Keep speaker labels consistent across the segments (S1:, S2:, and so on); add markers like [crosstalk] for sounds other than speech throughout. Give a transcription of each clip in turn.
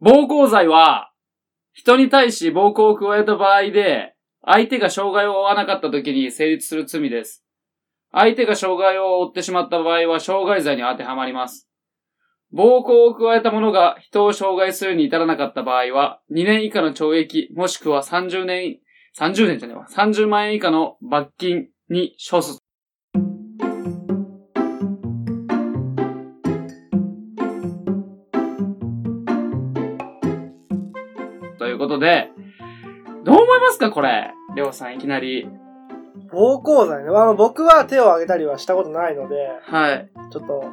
S1: 暴行罪は、人に対し暴行を加えた場合で、相手が障害を負わなかった時に成立する罪です。相手が障害を負ってしまった場合は、障害罪に当てはまります。暴行を加えた者が人を障害するに至らなかった場合は、2年以下の懲役、もしくは30年、30年じゃねえわ、30万円以下の罰金に処す。ということで、どう思いますかこれ。りょうさんいきなり。
S2: 暴行罪ね。あの、僕は手を挙げたりはしたことないので、
S1: はい。
S2: ちょっと、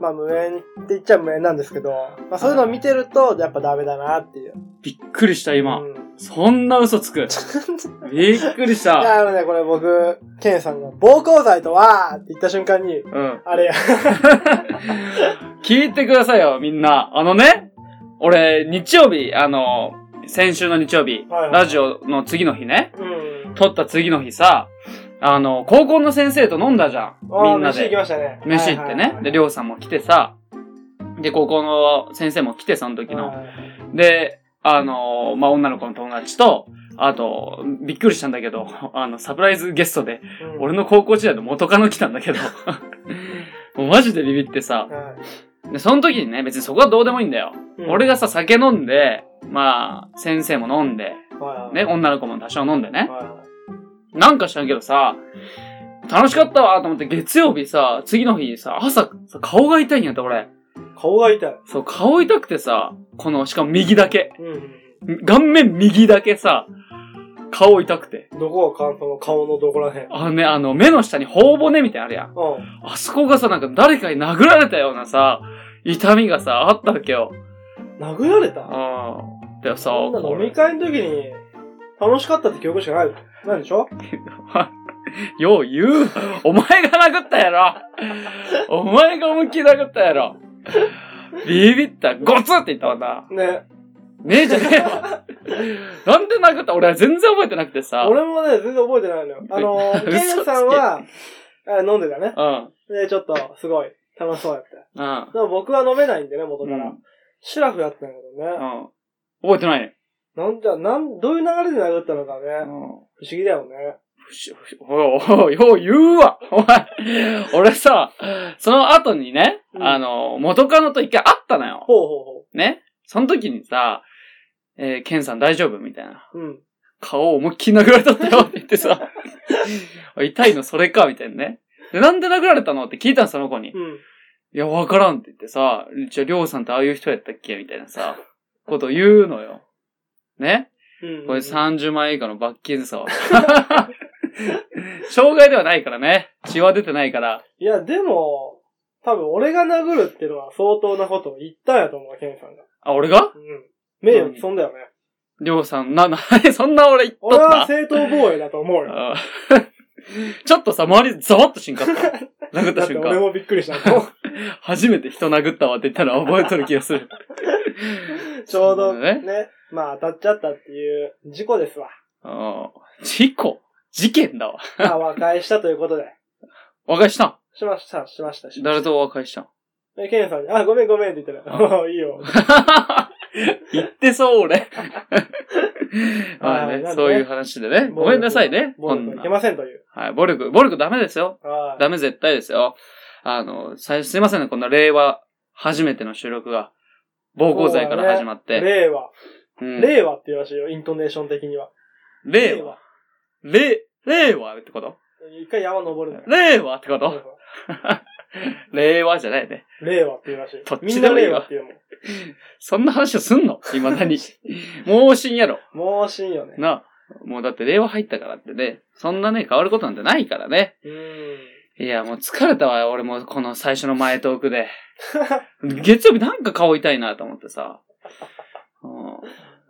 S2: まあ無縁って言っちゃ無縁なんですけど、まあそういうのを見てると、やっぱダメだなっていう。
S1: びっくりした、今。
S2: うん、い
S1: そんな嘘つく。びっくり
S2: [laughs]
S1: した。
S2: や、あのね、これ僕、ケンさんが、暴行罪とはって言った瞬間に、
S1: うん。 [laughs]
S2: あれ、
S1: 聞いてくださいよ、みんな。あのね、俺、日曜日、あの、先週の日曜日、
S2: はいはい
S1: ラジオの次の日ね、
S2: うん。
S1: 撮った次の日さ、あの、高校の先生と飲んだじゃん。
S2: あー
S1: みんな
S2: 飯行き
S1: で。
S2: ましたね。
S1: 飯行ってね。で、りょうさんも来てさ、で、高校の先生も来て、その時の。で、あの、まあ、女の子の友達と、あと、びっくりしたんだけど、あの、サプライズゲストで、俺
S2: の、
S1: の高校時代の元カノ来たんだけど、もうマジでビビってさ、
S2: はい
S1: で、その時にね、別にそこはどうでもいいんだよ。俺、がさ、酒飲んで、まあ、先生も飲んで、ね、女の子も多少飲んでね。なんか知らんけどさ、楽しかったわと思って月曜日さ、次の日さ、朝さ、顔が痛いんやって俺。
S2: 顔が痛い。
S1: そう、顔痛くてさ、この、しかも右だけ。
S2: うん。
S1: 顔面右だけさ、顔痛くて。
S2: どこがその顔のどこらへん。
S1: あのね、あの、目の下に頬骨みたいなのあるやん。
S2: う
S1: あそこがさ、なんか誰かに殴られたようなさ、痛みがさ、あったわけよ。
S2: ん。殴られた
S1: うん。でさ、
S2: そんな
S1: こ
S2: 飲
S1: れ
S2: み会の時に、楽しかったって記憶しかない。ないでしょ
S1: よう言う。お前が殴ったやろ。お前が思いっきり殴ったやろ。ビビった。ゴツって言ったわな。
S2: ね。
S1: ねえじゃねえわ。なんで殴った俺は全然覚えてなくてさ。
S2: 俺もね、全然覚えてないのよ。あのー、
S1: 嘘
S2: ケンさんは、あ飲んでたね。
S1: うん。
S2: で、ちょっと、すごい、楽しそうやった。
S1: うん。
S2: でも僕は飲めないんでね、元
S1: う
S2: か
S1: ん。う
S2: ら
S1: ん。。
S2: シュラフやったんだけどね。
S1: 覚えてないね。
S2: なんじゃ、なん、どういう流れで殴ったのか
S1: う
S2: ね。
S1: ん。
S2: 不思議だよね。
S1: おいおいおい、よう言うわ。お前、俺さ、その後にね、
S2: うん
S1: あの、元カノと一回会ったのよ。
S2: ほうほ
S1: ね。その時にさ、えーケンさん大丈夫みたいな。
S2: うほう。うん。
S1: 顔を思いっきり殴られたった
S2: [laughs]
S1: よって言ってさ、痛いのそれか、みたいなね。で、なんで殴られたのって聞いたの、その子に。い
S2: うん。り
S1: や、わからんって言ってさ、じゃあ、りょうさんってああいう人やったっけみたいなさ、ことを言うのよ。ね
S2: うん。
S1: これ30万円以下の罰金さ。 [laughs] 障害ではないからね。血は出てないから。
S2: いや、でも、多分俺が殴るっていうのは相当なことを言ったんやと思うわ、ケンさんが。
S1: あ、俺が
S2: うん。名誉毀損だよね。
S1: りょうさん、な、 [laughs] な、そんな俺言っと
S2: 俺は
S1: った
S2: 正当防衛だと思うよ。
S1: あ [laughs] ちょっとさ、周りざわっとしんかった。
S2: [laughs]
S1: 殴っ
S2: だ
S1: た
S2: って
S1: 瞬
S2: 俺
S1: 間。
S2: もびっくりしたもん。
S1: [laughs] 初めて人殴ったわって言ったら覚えとる気がする。
S2: [laughs] ちょうど
S1: そうだ
S2: ね
S1: ね
S2: まあ当たっちゃったっていう事
S1: [laughs]
S2: 故ですわ。
S1: あー事故事件だわ。
S2: まあ和解したということで。
S1: 和解したん
S2: しました、しました、しま
S1: 誰
S2: し
S1: と和解したん
S2: た。で、ケンさんに、あ、ごめんごめんって言
S1: [laughs]
S2: ってる。 [laughs] いいよ。
S1: 言ってそう、
S2: [laughs]
S1: 俺。まあ
S2: はいなんで
S1: ね、
S2: ね
S1: そういう話でね。ごめんなさいね。
S2: 暴
S1: こ
S2: 力
S1: ん
S2: はい
S1: な
S2: け。ませんという。
S1: はい、暴力、暴力ダメですよ。
S2: はい
S1: ダメ絶対ですよ。あの、さすいませんね、こんな令和初めての収録が。暴行罪から始まって。
S2: 令和。
S1: うん
S2: 令和っていうらしいよ、イントネーション的には。
S1: 令和。令、令和ってこと
S2: 一回山登るんだよ。
S1: 令和ってこと [laughs] 令和じゃないね。
S2: 令和っていうらしい
S1: どっ。
S2: み
S1: ち
S2: ん
S1: で
S2: な
S1: もいい
S2: 令
S1: わ
S2: 和っていうもん。
S1: そんな話をすんの未
S2: [laughs]
S1: だに。もう死んやろ。
S2: もうしんよね。
S1: なあ。もうだって令和入ったからってね。そんなね、変わることなんてないからね。
S2: うーん。
S1: いや、もう疲れたわ。俺もこの最初の前トーク
S2: [laughs]
S1: で。月曜日なんか顔痛いなと思ってさ。うん
S2: あ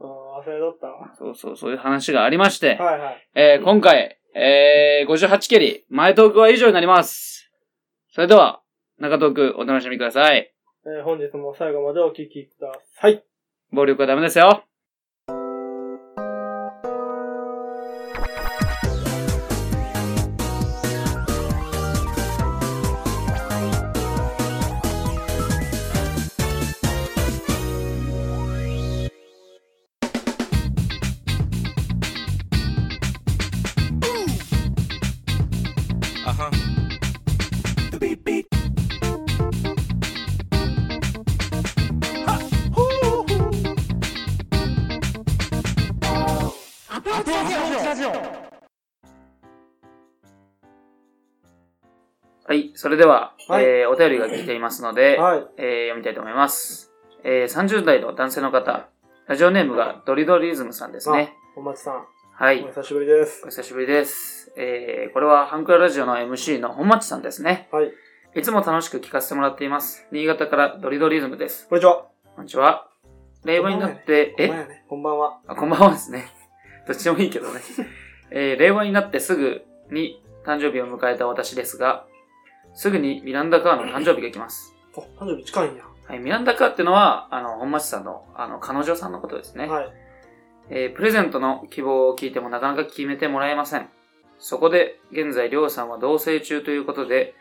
S2: ー忘れとったわ。
S1: そうそう、そういう話がありまして。
S2: はいはい。
S1: えー今回、えー、58蹴り、前トークは以上になります。それでは、中トークお楽しみください。
S2: えー本日も最後までお聞きください。
S1: 暴力はダメですよ。それでは、
S2: はい
S1: えーお便りが来ていますので、
S2: はい。
S1: えー読みたいと思います。えー30代の男性の方、ラジオネームがドリドリズムさんですね。
S2: お松さん、
S1: はい。
S2: お久しぶりです
S1: お。久しぶりです。えー、これはハンクララジオの MC の本町さんですね。
S2: はい。
S1: いつも楽しく聞かせてもらっています。新潟からドリドリズムです。
S2: こんにちは。
S1: こんにちは。令和になって、
S2: こんばんは
S1: え
S2: や
S1: あ、
S2: ねこんばんは。
S1: こんばんはですね。 [laughs] どっちでもいいけどね。えー、令和になってすぐに誕生日を迎えた私ですが、すぐにミランダカーの誕生日が来ます。
S2: あ、誕生日近いんや。
S1: はい、ミランダカーってのは、あの、本町さんの、あの、彼女さんのことですね。
S2: はい。
S1: えープレゼントの希望を聞いてもなかなか決めてもらえません。そこで、現在、りょうさんは同棲中ということで、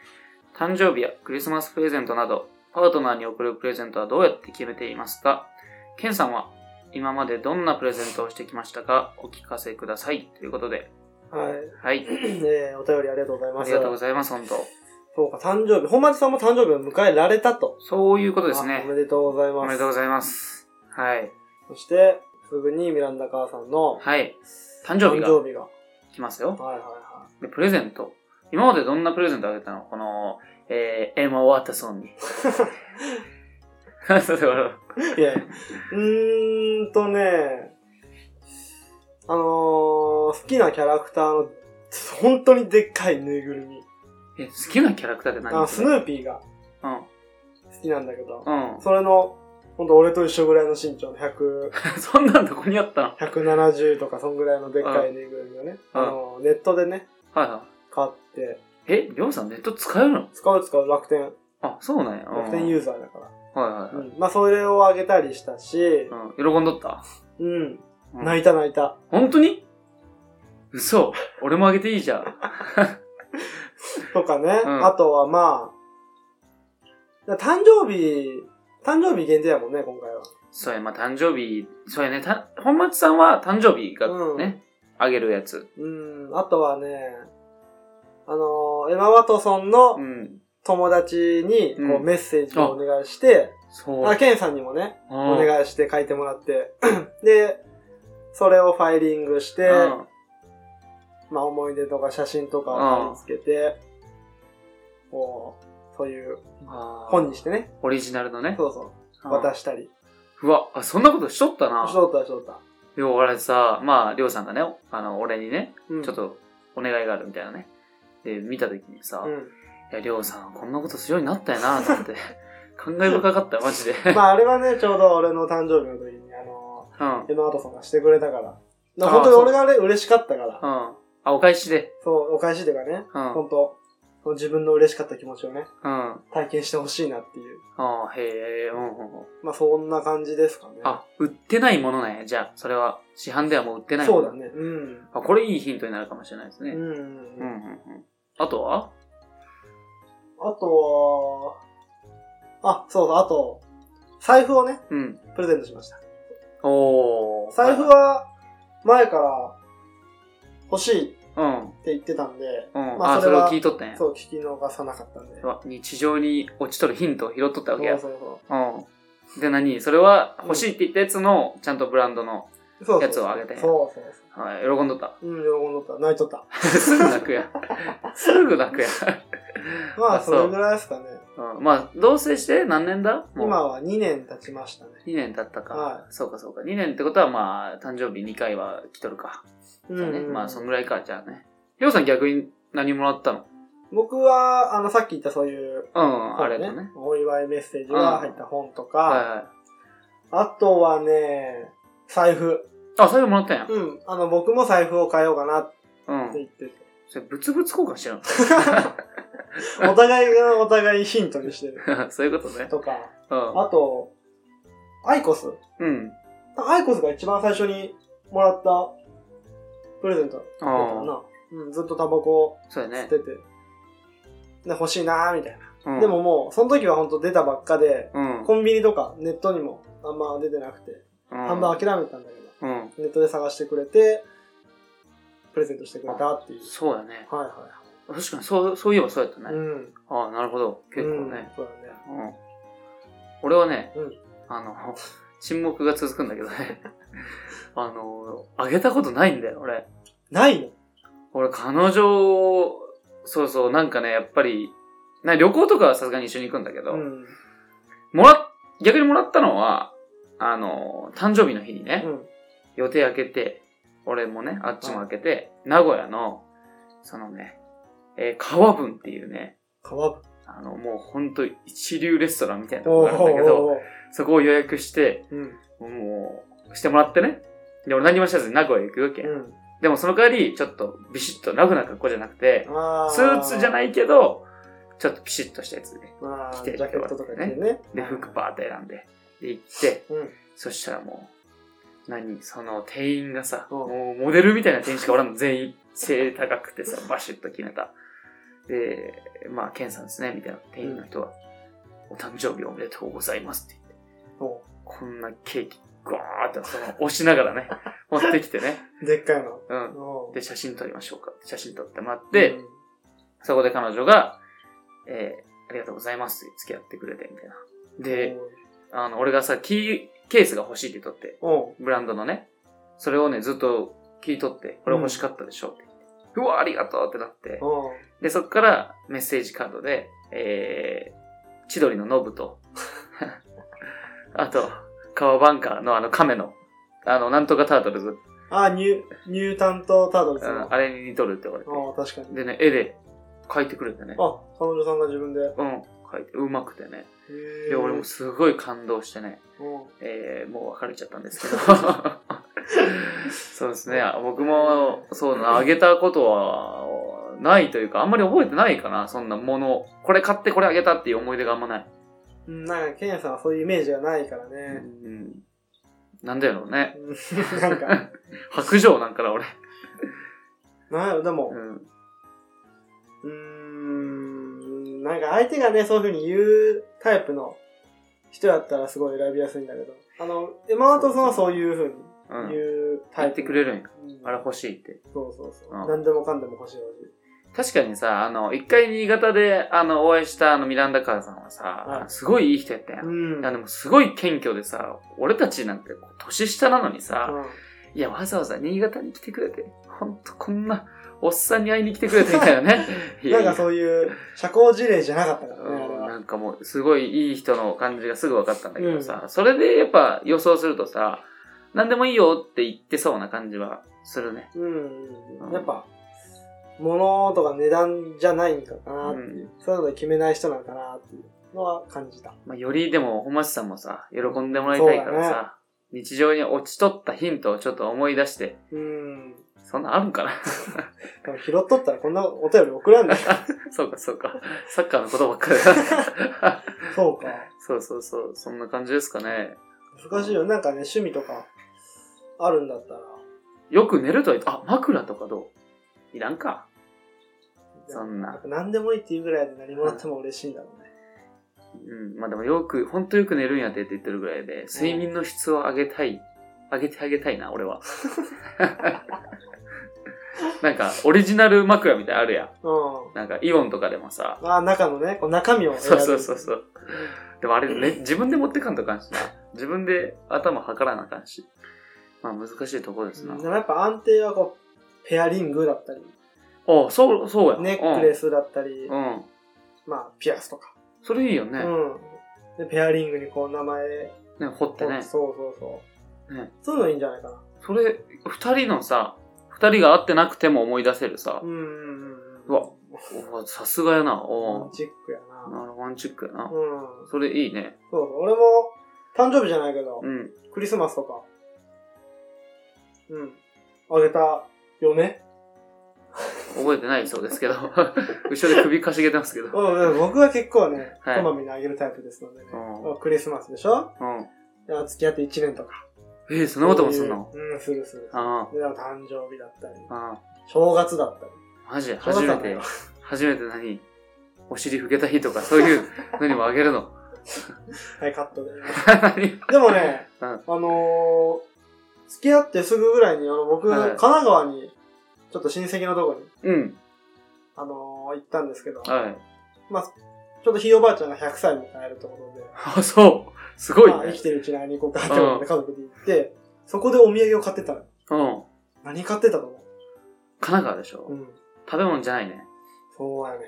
S1: 誕生日やクリスマスプレゼントなど、パートナーに贈るプレゼントはどうやって決めていますかケンさんは、今までどんなプレゼントをしてきましたかお聞かせください。ということで、
S2: はい。 [clears throat]
S1: はい。
S2: えー、お便りありがとうござい
S1: あ
S2: ます。
S1: りがとうございます、本当。
S2: そうか、誕生日。本町さんも誕生日を迎えられたと。
S1: そういうことです
S2: あお
S1: ね
S2: め。でとうござい
S1: お
S2: ます。
S1: めでとうご
S2: ざい
S1: ざいます。はい。
S2: ます。そして、すぐにミランダ母さんの
S1: はい。誕生日が
S2: 日が。
S1: 来ますよ。
S2: はいはいは
S1: で、プレゼント。今までどんなプレゼントあげたのこの、えー、エマ・ワタソンに。 [laughs] そうそう
S2: い。いやいやうーんとね、あのー、好きなキャラクターの、本当にでっかいぬいぐるみ。
S1: え、好きなキャラクターって
S2: あ
S1: 何
S2: の、スヌーピーが
S1: うん。
S2: 好きなんだけど、
S1: うん。 [laughs]
S2: それの、ほんと俺と一緒ぐらいの身長の100、
S1: そんなんどこにあったの
S2: 170とかそんぐらいのでっかいぬいぐるみをね、
S1: うん
S2: あのー、ネットでね、
S1: はいは
S2: 買って、
S1: い。え、りょうさんネット使えるの
S2: 使う使う楽天、
S1: あ、そうなんや。うん
S2: 楽天ユーザーだから。
S1: はいはいはい。
S2: うんまあ、それをあげたりしたし、
S1: うん。喜んどった
S2: うん。
S1: うん
S2: 泣いた泣いた。
S1: 本当に嘘。俺もあげていいじゃん。
S2: とかね。
S1: うん
S2: あとはまあ、だ誕生日、誕生日限定だもんね、今回は。
S1: そうや、まあ誕生日、そうやね。た本町さんは誕生日がね、あげるやつ。
S2: うん。あとはね、あのーエマ・ワトソンの
S1: うん。
S2: 友達にこ
S1: う
S2: うんメッセージをお願いして、
S1: そう。
S2: あケンさんにもね、
S1: うん
S2: お願いして書いてもらって、 [clears throat] で、それをファイリングして、
S1: うん
S2: まあ、思い出とか写真とかを貼り付けて、こう、そういう
S1: あー
S2: 本にしてね、
S1: オリジナルのね。
S2: そうそうう、
S1: ん
S2: 渡したり。
S1: うわ、あ、そんなことしとったな
S2: し。とったしとった。
S1: よう、俺さ、まあ、りょうさんがね、あの、俺にね、
S2: うん
S1: ちょっとお願いがあるみたいなね。で、見たときにさ、
S2: う
S1: い
S2: ん。
S1: や、りょうさん、こんなことするようになったよ
S2: [laughs]
S1: な、と思って。感慨深かったよ、マジで。
S2: まあ、あれはね、ちょうど俺の誕生日の時に、あの
S1: うん。
S2: エマ・ワトソンがしてくれたから。まあ
S1: あー
S2: 本当に俺がね、嬉しかったから
S1: う。ん。あ、お返しで。
S2: そう、お返しというかね、
S1: うん。うん。
S2: 本当その自分の嬉しかった気持ちをね、
S1: あ
S2: 体験してほしいなっていう。
S1: あー、へえ、うんうんうん。
S2: まあ、そんな感じですかね。
S1: あ、売ってないものなんや、じゃあ。それは、市販ではもう売ってないも
S2: そ
S1: の
S2: うだ。ね。うん。
S1: あ、これいいヒントになるかもしれないです
S2: う
S1: ね。
S2: んう
S1: うん、
S2: ん
S1: う
S2: うん。
S1: ん、うん。あとは
S2: あとは、あ、そうだ、あと、財布をね、
S1: うん。
S2: プレゼントしました。
S1: おー。
S2: 財布は、前から、欲しいって
S1: うん。
S2: 言ってたんで、
S1: うん。
S2: まあ
S1: あ、そ
S2: そ
S1: れ
S2: れ
S1: を
S2: は
S1: 聞いとったんや。
S2: そう、聞き逃さなかったんで。
S1: は日常に落ちとるヒントを拾っとったわけや。
S2: そうそ
S1: うん。で、何それは欲しいって言ったやつの、ちゃんとブランドの、
S2: うそう。
S1: やつをあげて
S2: そうそうそ
S1: はい、喜んど
S2: [laughs]
S1: った。
S2: う。うん、喜んどった。泣いと
S1: [laughs]
S2: った。
S1: すぐ泣くや。すぐ泣くや。
S2: ま
S1: あ
S2: あ、
S1: そ
S2: そうれぐらいですかね。
S1: うん、まあ、同棲して何年だもう
S2: 今は2年経ちましたね。
S1: 2年経ったか、
S2: は
S1: そうかそうか。2年ってことは、まあ、誕生日2回は来とるか。
S2: う
S1: じゃあね
S2: ん。
S1: まあ、そんぐらいか、じゃあね。りょうさん逆に何もらったの
S2: 僕は、あの、さっき言ったそういう、
S1: うん、あれだね。
S2: お祝いメッセージが入った本と
S1: はい
S2: か、
S1: はい。
S2: あとはね、財布。
S1: あ、それもらったんや。
S2: うん。あの、僕も財布を変えようかなって
S1: うん。
S2: 言ってて。
S1: それ、物々交換してる
S2: お互いがお互いヒントにしてる。
S1: のそういう [laughs] ことね。
S2: とか。
S1: うん
S2: あと、アイコス。。
S1: うん。
S2: アイコスが一番最初にもらったプレゼントだったか
S1: ああ。
S2: な。うん、ずっとタバコ
S1: そうや
S2: 吸っ
S1: ね。
S2: てて。で欲しいなーみたいな。
S1: うん
S2: でももう、その時は本当出たばっかで、
S1: うん。
S2: コンビニとかネットにもあんま出てなくて、
S1: ハ
S2: 半分諦めてたんだけど、
S1: うん。
S2: ネットで探してくれて、プレゼントしてくれたっていう。
S1: そうやね。
S2: はいは
S1: 確かに、そう、そういえばそうやったね。
S2: いはい。うん。
S1: ああ、なるほど。結構ね。
S2: うん。そうだね。
S1: うん。俺はね、
S2: うん
S1: あの、 [laughs] 沈黙が続くんだけどね。 [laughs] あの、あげたことないんだよ、俺。
S2: ないの
S1: 俺、彼女を、そうそう、なんかね、やっぱり、な旅行とかはさすがに一緒に行くんだけど、
S2: うん。
S1: もらっ、逆にもらったのは、あの、誕生日の日にね、
S2: うん。
S1: 予定開けて、俺もね、あっちも開けて、名古屋の、そのね、えー川分っていうね、
S2: 川
S1: あの、もうほんと一流レストランみたいなとこ
S2: お
S1: があるんだけど、
S2: ー
S1: そこを予約して、
S2: うん。
S1: もう、してもらってね。で、俺何もせずに名古屋行くわけ。
S2: うん。
S1: でもその代わり、ちょっとビシッとラフな格好じゃなくて、
S2: あ
S1: スーツじゃ
S2: い。
S1: ないけど、ちょっとピシッとしたやつで、
S2: あ
S1: 着
S2: ー
S1: てる
S2: ジャケットとか着てね。
S1: で、服バーって選んで、で、行って、
S2: うん
S1: そしたらもう、何その店員がさ、
S2: うん
S1: もうモデルみたいな店員しかおらんの、全員背高く
S2: [laughs]
S1: てさ、バシッと決めた。で、まあ、ケンさんですね、みたいな店員の人は、お誕生日おめでとうございますって言って、
S2: お
S1: こんなケーキ、ガーッとその押しながら
S2: [laughs]
S1: ね、持ってきてね、
S2: でっかいの。
S1: うん。
S2: おー
S1: で、写真撮りましょうかって写真撮ってもらって、
S2: うん
S1: そこで彼女が、えー、ありがとうございますって付き合ってくれて、みたいな。で、あの、俺がさ、キーケースが欲しいって言っとって、
S2: おう
S1: ブランドのね、それをね、ずっと聞いとって、これ欲しかったでしょって、うわ、ありがとうってなって、
S2: おう
S1: で、そっからメッセージカードで、えー、千鳥のノブと、 [laughs] あと、川バンカーのあの亀の、あの、なんとかタートルズ、
S2: あー、ニュニュータントタートルズ
S1: う
S2: の
S1: ん。あれに似とるって言われて、
S2: ああ、確かに。
S1: でね、絵で描いてくれてね、
S2: あ、彼女さんが自分で。
S1: うん、描いて、うまくてね、
S2: へ
S1: で、俺もすごい感動してね、
S2: も。
S1: えー、もう別れちゃったんですけ [laughs] ど。そうですね。僕も、そうな、あげたことは、ないというか、あんまり覚えてないかな、そんなもの。これ買ってこれあげたっていう思い出があんまない。
S2: うん。なんか、ケンヤさんはそういうイメージがないからね。
S1: うん。なんだろうね。
S2: うん [laughs] なんか、
S1: 白状なんかな、俺。
S2: なんやろ、でも
S1: う、ん。
S2: うーん、なんか相手がね、そういう風に言うタイプの人やったらすごい選びやすいんだけど、あの、山本さんはそういう風に
S1: うん。
S2: 言うタ
S1: 買
S2: イプ。
S1: ってくれるんや。
S2: うん
S1: あれ欲しいって。
S2: そうそうそう。
S1: うん
S2: 何でもかんでも欲しい欲しい。
S1: 確かにさ、あの、一回新潟で、あの、お会いしたあの、ミランダカーさんはさ
S2: は、い
S1: すごいいい人やったやん。
S2: うん。
S1: いやでもすごい謙虚でさ、俺たちなんてこう年下なのにさ、いやわざわざ新潟に来てくれて、ほんとこんなおっさんに会いに来てくれてみたいな
S2: [laughs]
S1: ね。
S2: う
S1: い
S2: ん、
S1: や
S2: ないん
S1: や
S2: かそういう社交辞令じゃなかったからね。あれ
S1: うん
S2: は
S1: なんかもうすごいいい人の感じがすぐ分かったんだけどさ、それでやっぱ予想するとさ、何でもいいよって言ってそうな感じはするね。
S2: うん。やっぱ、物とか値段じゃないんかなっていう、そういうので決めない人なんかなっていうのは感じた。
S1: まあ、よりでも本町さんもさ、喜んでもらいたいから
S2: そうだ
S1: さ、日常に落ちとったヒントをちょっと思い出して、
S2: うん。
S1: そんなんあるんかな [laughs]
S2: でも拾っとったらこんなお便り送らんね
S1: そうかそうか。サッカーのことばっかりだ。 [laughs]
S2: そうか。
S1: そうそうそう、そんな感じですかね。
S2: 難しいよ。なんかね、趣味とかあるんだったら。
S1: よく寝るとは言って、あ、枕とかどういらんか。そんな
S2: やっぱ何でもいいっていうぐらいで何もらっても嬉しいんだろうね。
S1: うん、まあでもよく、ほんとよく寝るんやてって言ってるぐらいで、睡眠の質を上げたい。上げてあげたいな、俺は。 [laughs] なんか、オリジナル枕みたいなのあるやん。
S2: う
S1: なんか、イオンとかでもさ。
S2: ん。ああ、中のね、こう中身を
S1: そう
S2: 選ぶ
S1: そうそうそう。でもあれ、ね、自分で持ってかんとあかんしな。自分で頭測らなあかんし。まあ難しいとこですな。
S2: うんでもやっぱ安定はこう、ペアリングだったり、
S1: あ、そう、そうや。
S2: ネックレスだったり、
S1: うん。うん。
S2: まあ、ピアスとか。
S1: それいいよね。
S2: うん。で、ペアリングにこう、名前、
S1: ね、掘ってね。
S2: そうそうそう。
S1: ね
S2: そういうのいいんじゃないかな。
S1: それ、二人のさ、二人が会ってなくても思い出せるさ
S2: う。んうんうん。
S1: うわおさすがやな。
S2: ロマ
S1: お
S2: ンチックや
S1: あ
S2: な。
S1: ロマンチックや
S2: う。。
S1: なん
S2: そう
S1: それいいね。
S2: そう。俺も、誕生日じゃないけど、
S1: うん。
S2: クリスマスとか、うん。あげたよね。
S1: 覚えてないそうですけど。 [laughs] 後ろで首かしげてますけど。うん。
S2: うんうん、僕は結構ね、
S1: はい
S2: こまめにあげるタイプですのでね
S1: う。
S2: クリスマスでしょで付き合って1年とか。
S1: えー、そんなこともすんの
S2: そういううん、するする。
S1: あ
S2: で、誕生日だったり、
S1: あ、あ
S2: 正月だったり。
S1: あ、マジで
S2: 正月
S1: 初め
S2: だ
S1: て
S2: よ、
S1: 初めて何お尻拭けた日とか、そういうのにもあげるの。 [laughs]
S2: はい、カットで。
S1: 何
S2: でもね、
S1: うん
S2: あのー、付き合ってすぐぐらいに、あの、僕、
S1: はい
S2: 神奈川に、ちょっと親戚のとこに、
S1: うん。
S2: あのー行ったんですけど、
S1: はい。
S2: まあ、ちょっとひいおばあちゃんが100歳迎えるってことで、
S1: あ、そう。すごい
S2: まあ、生
S1: ね
S2: き。てるうちに会いに行こうかって思って家族で行って、そこでお土産を買ってたの。
S1: うん。
S2: 何買ってたと思
S1: 神奈川でし
S2: うう
S1: ょ
S2: ん。
S1: 食べ物じゃないね。
S2: そうやね。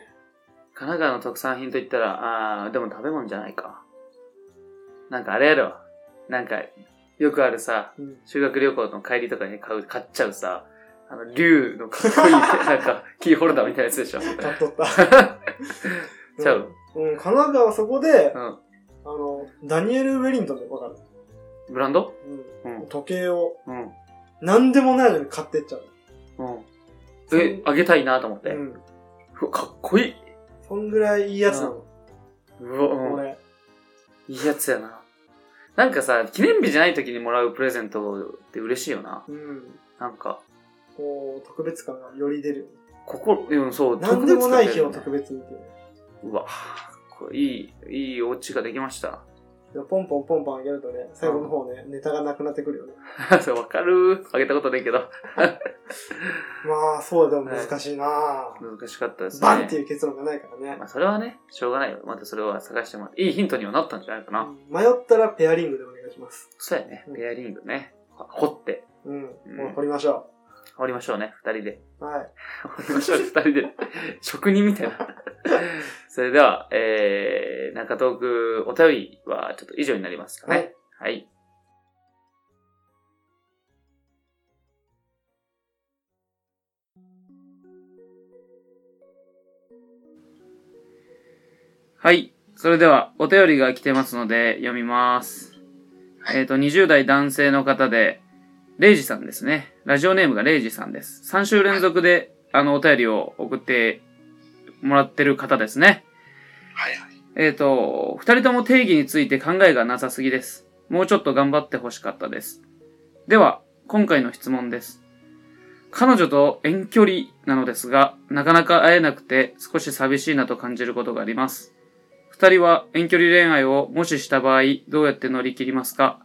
S1: 神奈川の特産品といったら、あー、でも食べ物じゃないか。なんかあれやろ。なんか、よくあるさ、
S2: うん。
S1: 修学旅行の帰りとかに買う、買っちゃうさ、あの、竜のかっ
S2: [laughs]
S1: こいい、なんか、キーホルダーみたいなやつでしょ。
S2: 買っとった。
S1: [laughs] ちゃう。
S2: うん、神奈川はそこで、
S1: う
S2: あ
S1: ん
S2: の、ダニエル・ウェリントンでわかる。
S1: ブランド
S2: うん。
S1: うん
S2: 時計を、
S1: うん。
S2: 何でもないのに買ってっちゃう。
S1: うん。え、あげたいなと思って。
S2: うん。
S1: うわかっこいい。
S2: そんぐらいいいやつなの。
S1: うわ、うん。
S2: 俺。
S1: いいやつやな。なんかさ、記念日じゃない時にもらうプレゼントって嬉しいよな。
S2: うん。
S1: なんか、
S2: こう、特別感がより出るよね。
S1: 心、うん、そう、
S2: 何でもない日を
S1: 特別
S2: 特別にっていう。
S1: 感うわ、これいい、いいお家ができました。 [laughs]
S2: でもポンポンポンポンあげるとね、最後の方ね、ネタがなくなってくるよね。
S1: それわかるあげたことないけど。
S2: まあ、そうでも難しいなぁ。
S1: 難しかったですね。
S2: バンっていう結論がないからね
S1: ま。あ、それはね、しょうがないよ。またそれは探してもらって。いいヒントにはなったんじゃないかな。
S2: 迷ったらペアリングでお願いします。
S1: そうやね。ペアリングね。掘って。
S2: うん。も
S1: うん
S2: う掘りましょ
S1: 掘りましょうね、二人で。
S2: う。はい。
S1: 掘りましょうね、二人で。職人みたいな。それでは、えー、中東区お便りはちょっと以上になりますかね。はい。はい。それでは、お便りが来てますので、読みます。えっ、と、20代男性の方で、レイジさんですね。ラジオネームがレイジさんです。3週連続で、あの、お便りを送ってもらってる方ですね。
S3: はいはい。
S1: えっ、と、二人とも定義について考えがなさすぎです。もうちょっと頑張ってほしかったです。では、今回の質問です。彼女と遠距離なのですが、なかなか会えなくて少し寂しいなと感じることがあります。二人は遠距離恋愛をもしした場合、どうやって乗り切りますか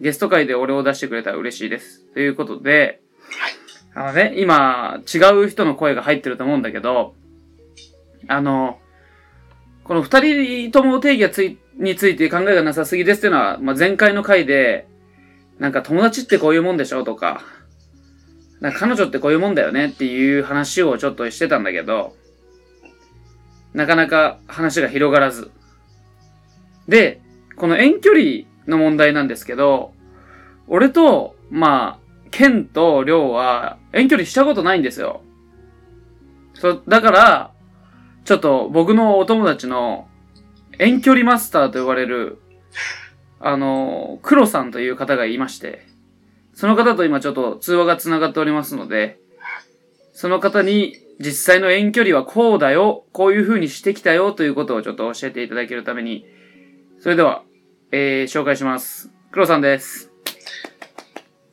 S1: ゲスト会で俺を出してくれたら嬉しいです。ということで、あのね、今、違う人の声が入ってると思うんだけど、あの、この二人とも定義がついについて考えがなさすぎですっていうのは、まあ、前回の回で、なんか友達ってこういうもんでしょとか、なんか彼女ってこういうもんだよねっていう話をちょっとしてたんだけど、なかなか話が広がらず。で、この遠距離の問題なんですけど、俺と、まあ、ケンとリョウは遠距離したことないんですよ。そう、だから、ちょっと僕のお友達の遠距離マスターと呼ばれる、あの、黒さんという方がいまして、その方と今ちょっと通話が繋がっておりますので、その方に実際の遠距離はこうだよ、こういう風にしてきたよということをちょっと教えていただけるために、それでは、えー、紹介します。黒さんです。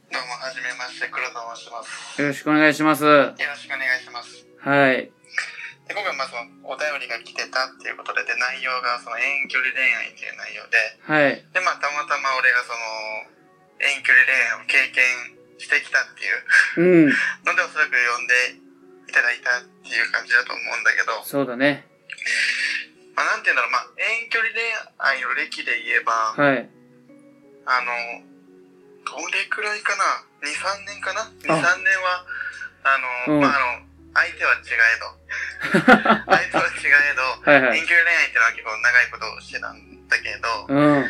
S3: どうも、はじめまして、黒田と申します。
S1: よろしくお願いします。は
S3: よろしくお願いします。
S1: い。
S3: で今回、まずお便りが来てたっていうことで、で内容がその遠距離恋愛っていう内容で、
S1: はい。
S3: で、まあ、たまたま俺がその、遠距離恋愛を経験してきたってい
S1: う
S3: う
S1: ん。
S3: ので、おそらく呼んでいただいたっていう感じだと思うんだけど、
S1: そうだね。
S3: まあ、なんて言うんだろう、まあ、遠距離恋愛の歴で言えば、
S1: はい。
S3: あの、どれくらいかな ?2、3年かな ?2、3年は、あ
S1: う
S3: の、
S1: ん
S3: まあ、あの、相手は違えど、
S1: [laughs]
S3: 相手は違えど、
S1: はいは
S3: 遠
S1: い。
S3: 距離恋愛ってのは結構長いことをしてたんだけど、
S1: うん。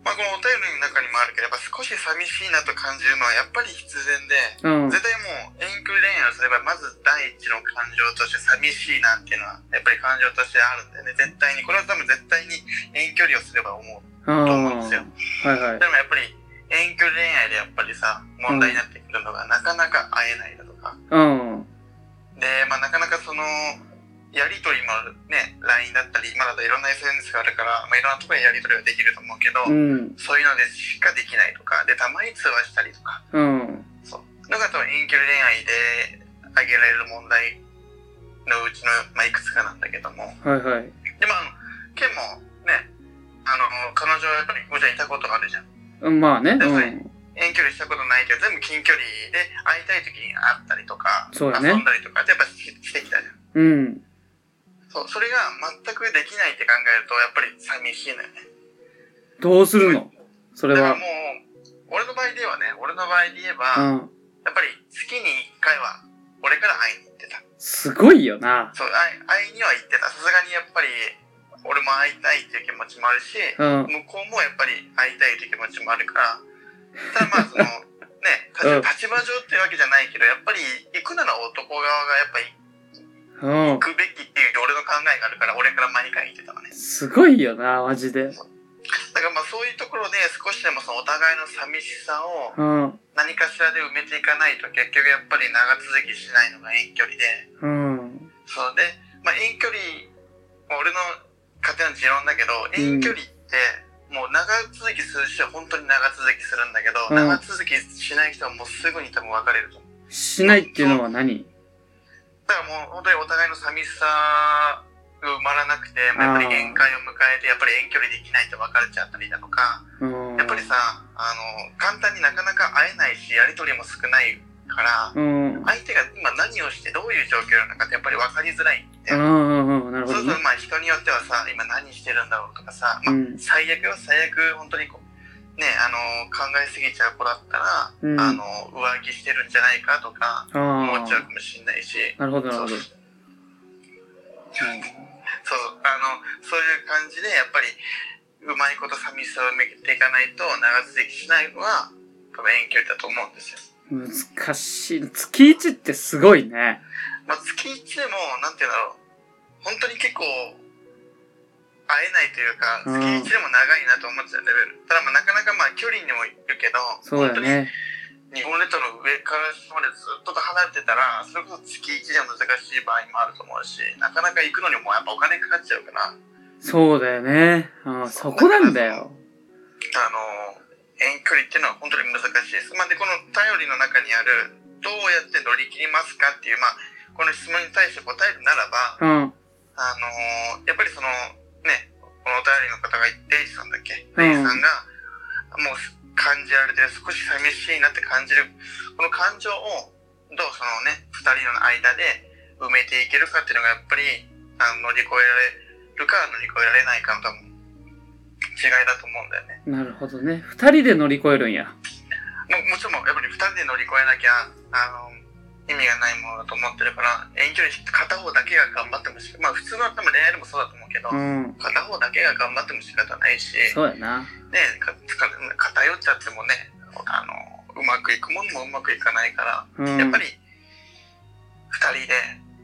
S3: まあ、このお便りの中にもあるけど、やっぱ少し寂しいなと感じるのはやっぱり必然で、
S1: うん
S3: 絶。対もう遠距離恋愛をすればまず第一の感情として寂しいなっていうのはやっぱり感情としてあるんだよね。絶対に。これは多分絶対に遠距離をすれば思う
S1: うん。
S3: と思うんですよ。
S1: はいはい。
S3: でもやっぱり遠距離恋愛でやっぱりさ、問題になってくるのがなかなか会えないだとか。
S1: うん。
S3: で、まあなかなかその、やりとりもあるね、LINE だったり、今だといろんな SNS があるから、まあいろんなところでやりとりはできると思うけど、
S1: うん。
S3: そういうのでしかできないとか、で、たまに通話したりとか、
S1: うん。
S3: のが多分遠距離恋愛で挙げられる問題のうちの、まあいくつかなんだけども。
S1: はいはい。
S3: で、まあ、ケンもね、あの、彼女はやっぱりもちろんいたことがあるじゃん。
S1: うんまあね。
S3: は
S1: うん。
S3: 遠距離したことないけど全部近距離で会いたい時に会ったりとか、
S1: そうだね
S3: 遊んだりとかってやっぱししてきたじゃん
S1: うん。
S3: そうそれが全くできないって考えるとやっぱり寂しいのよね
S1: どうするのそれ
S3: だから
S1: は
S3: も。う俺の場合ではね俺の場合で言え
S1: う
S3: ば、やっ
S1: ん。
S3: ぱり月に1回は俺から会いに行ってた
S1: すすごいよな。
S3: そう、会い会いには行ってた。さすがにやっぱり、俺も会いたいっていう気持ちもあるし、
S1: うん。
S3: 向こうもやっぱり会いたいという気持ちもあるから、ただま
S1: [laughs]
S3: あその、ね、立
S1: うん
S3: 立場上っていうわけじゃないけど、やっぱり行くなら男側がやっぱり
S1: うん
S3: 行。くべきっていう俺の考えがあるから、俺から毎回言ってたのね。
S1: すごいよな、マジで。
S3: だからまあそういうところで少しでもそのお互いの寂しさを
S1: うん。
S3: 何かしらで埋めていかないと結局やっぱり長続きしないのが遠距離で、
S1: うん。
S3: そうで、まあ遠持論俺の勝手な持論だけど、遠距離って、もう長続きする人は本当に長続きするんだけど、
S1: うん
S3: 長続きしない人はもうすぐに多分別れると思う。
S1: しないっていうのは何
S3: だからもう本当にお互いの寂しさが埋まらなくて、まあ、やっぱり限界を迎えて、やっぱり遠距離できないと別れちゃったりだとか、
S1: うん。
S3: やっぱりさ、あの、簡単になかなか会えないし、やりとりも少ないから、
S1: うん。うん
S3: 相手が今何をしてどういう状況なのかってやっぱり分かりづらいって。
S1: うんうん。なるほ
S3: そう
S1: どね
S3: すると。まあ人によってはさ、今何してるんだろうとかさ、
S1: う
S3: まあ、
S1: ん。
S3: 最悪よ、最悪、本当にこう、ね、あの、考えすぎちゃう子だったら、
S1: うん
S3: あの、浮気してるんじゃないかとか、思
S1: あ
S3: っちゃう
S1: あ。
S3: かもしれないし、
S1: なるほど、なる
S3: そ
S1: ほ
S3: う
S1: ど。
S3: そう、あの、そういう感じで、やっぱり、うまいこと寂しさを埋めていかないと、長続きしないのは、多分遠距離だと思うんですよ。
S1: 難しい。月一ってすごいね。
S3: まあ、月1でも、なんていうんだろう、本当に結構、会えないというか、
S1: うん
S3: 月1でも長いなと思っちゃうレベル。ただ、まあ、なかなかまあ、距離にもいるけど、
S1: そうだよね。
S3: 本当に日本列島の上から下までずっと離れてたら、それこそ月1では難しい場合もあると思うし、なかなか行くのにもやっぱお金かかっちゃうから、
S1: そうだよね。ああ、そこなんだよ。
S3: あの、遠距離っていうのは本当に難しいです。まあ、で、この頼りの中にある、どうやって乗り切りますかっていう、まあ、この質問に対して答えるならば、
S1: うん。
S3: あのやっぱりその、ね、このお便りの方が、レイジさんだっけ
S1: うん
S3: レイジさんが、もう感じられて、少し寂しいなって感じる、この感情を、どうそのね、二人の間で埋めていけるかっていうのが、やっぱり、あの乗り越えられるか乗り越えられないかの多分、違いだと思うんだよね。
S1: なるほどね。二人で乗り越えるんや。
S3: ももちろんやっぱり2人で乗り越えなきゃあの意味がないものだと思ってるから遠距離片方だけが頑張ってもしまあ普通の多分恋愛でもそうだと思うけ
S1: う
S3: ど、
S1: ん。
S3: 片方だけが頑張っても仕方ないし、
S1: そうやな。
S3: ね、かか偏っちゃってもねあのうまくいくものもうまくいかないから、
S1: うん。
S3: やっぱり2人で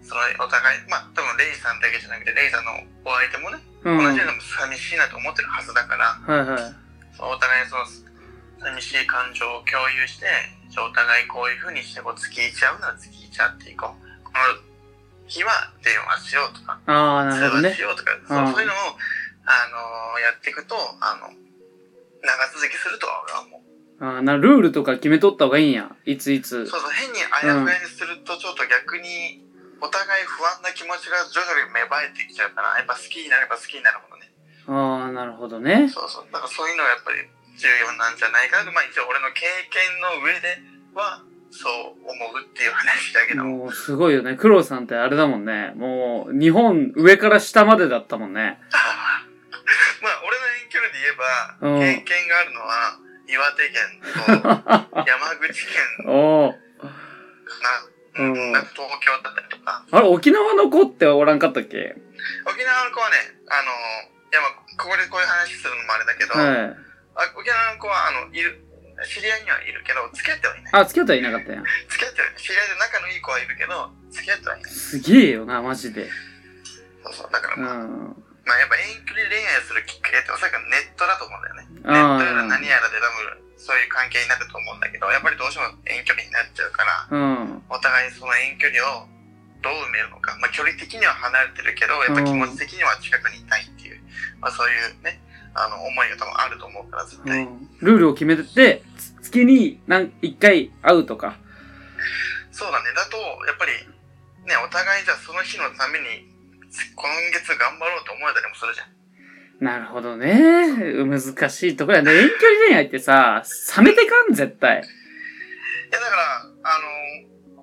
S3: そのお互いまあ多分レイさんだけじゃなくてレイさんのお相手もね、
S1: うん。
S3: 同
S1: は
S3: じ
S1: い
S3: ような寂しいなと思ってるはずだから、
S1: は
S3: そうお互いその寂しい感情を共有してじゃあお互いこういうふうにしてこう付き合いちゃうなら付き合いちゃっていこうこの日は電話しようとか
S1: い。ああ、
S3: 通
S1: なるほどね
S3: 話し。ようとか
S1: う
S3: そ
S1: ん
S3: うそういうのを、あのーやっていくとあの長続きするとは俺は思う
S1: ああ、な、ルールとか決めとった方がいいんや。いついつ。
S3: そうそう変にあやふやにするとちょっと逆にお互い不安な気持ちが徐々に芽生えてきちゃうからやっぱ好きになれば好きになるほどね
S1: ああ、なるほどね。
S3: そうそう。だからそういうのがやっぱり重要なんじゃないかなと。まあ一応俺の経験の上では、そう思うっていう話だけど
S1: もう、
S3: も。
S1: すごいよね。クロさんってあれだもんね。もう、日本上から下までだったもんね。 [laughs]
S3: まあ俺の遠距離で言えば、
S1: うん
S3: 経験があるのは、岩手県と
S1: [laughs]
S3: 山口県か
S1: おお。
S3: な。
S1: う
S3: うんん、なんか東京だったりとか。
S1: あれ、沖縄の子っておらんかったっけ
S3: 沖縄の子はね、あの、いやまあここでこういう話するのもあれだけど、
S1: はい。
S3: あ沖縄の子は、あの、いる、知り合いにはいるけど、付き合ってはいない。
S1: あ、付き合ったらいなかったんや。
S3: 付き合ってはいない。知り合いで仲のいい子はいるけど、付き合ってはいない。
S1: すげえよな、マジで。
S3: そうそう。だから
S1: う
S3: まあ、
S1: ん。
S3: まあやっぱ遠距離恋愛するきっかけっておそらくネットだと思うんだよね。ネ
S1: あ
S3: ッ
S1: ー
S3: トやら何やらで多分そういう関係になると思うんだけど、やっぱりどうしても遠距離になっちゃうから、
S1: うん。
S3: お互いその遠距離をどう埋めるのか。まあ距離的には離れてるけど、やっぱ気持ち的には近くにいたいっていう、まあそういうね、あの思いが多分あると思うから絶
S1: う
S3: 対。
S1: ん。ルールを決めてて、つ月に何、一回会うとか。
S3: そうだね。だと、やっぱりね、お互いじゃあその日のために、今月頑張ろうと思えたりもするじゃん。
S1: なるほどね。難しいとこやね。遠距離恋愛ってさ、冷めてかん、絶対。
S3: いやだから、あ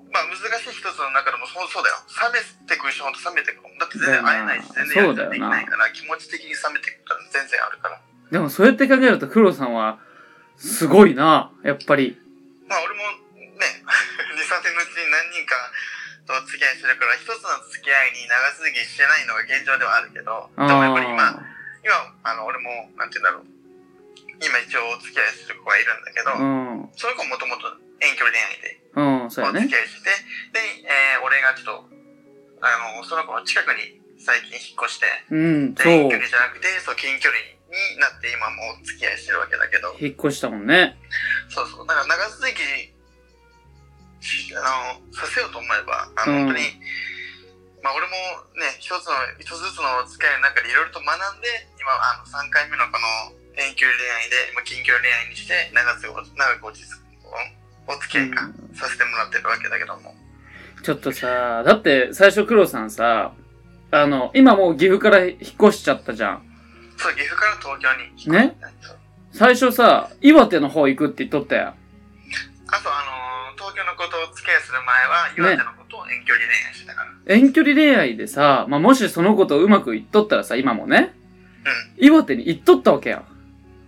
S3: のまあ難しい一つの中でもそうそうだよ。冷めてくる人ほんと冷めてくる。だって全然会えないし、全然やり取りできないから、気持ち的に冷めてくるから全然あるから。
S1: でも、そうやって考えると、黒さんは、すごいな、やっぱり。
S3: [laughs] まあ俺もね、2、3年のうちに何人かと付き合いしてるから、一つの付き合いに長続きしてないのが現状ではあるけど、でもやっぱり今、
S1: あ
S3: 今、あの、俺も、なんて言うんだろう。今一応お付き合いする子がいるんだけど
S1: あ、うん
S3: その子もともと遠距離恋愛で
S1: うんそう
S3: お
S1: や
S3: 付
S1: ね
S3: き合いしてて、で、えー俺がちょっと、あの、その子の近くに最近引っ越して、
S1: うん
S3: で
S1: そ
S3: 遠
S1: う
S3: 距離じゃなくて、そう、近距離になって今もお付き合いしてるわけだけど、
S1: 引っ越したもんね
S3: そうそう、だから長続きし、あの、させようと思えば、あの、
S1: うん
S3: 本当に、まあ俺もね、一つの、一つずつのお付き合いの中でいろいろと学んで、今、あの、3回目のこの遠距離恋愛で、まあ、近距離恋愛にして、長く、長く落ち着く、お付き合いか、させてもらってるわけだけども。
S1: ちょっとさだって最初黒さんさあの今もう岐阜から引っ越しちゃったじゃん
S3: そう、岐阜から東京に引っ越
S1: ね
S3: したんですよ。
S1: 最初さ岩手の方行くって言っとったやん
S3: あと、あのー東京のことをお付き合いする前は、岩手のことを遠距離恋愛してたから。
S1: 遠距離恋愛でさ、まあ、もしその子とうまくいっとったらさ今もね
S3: うん。
S1: 岩手に行っとったわけやん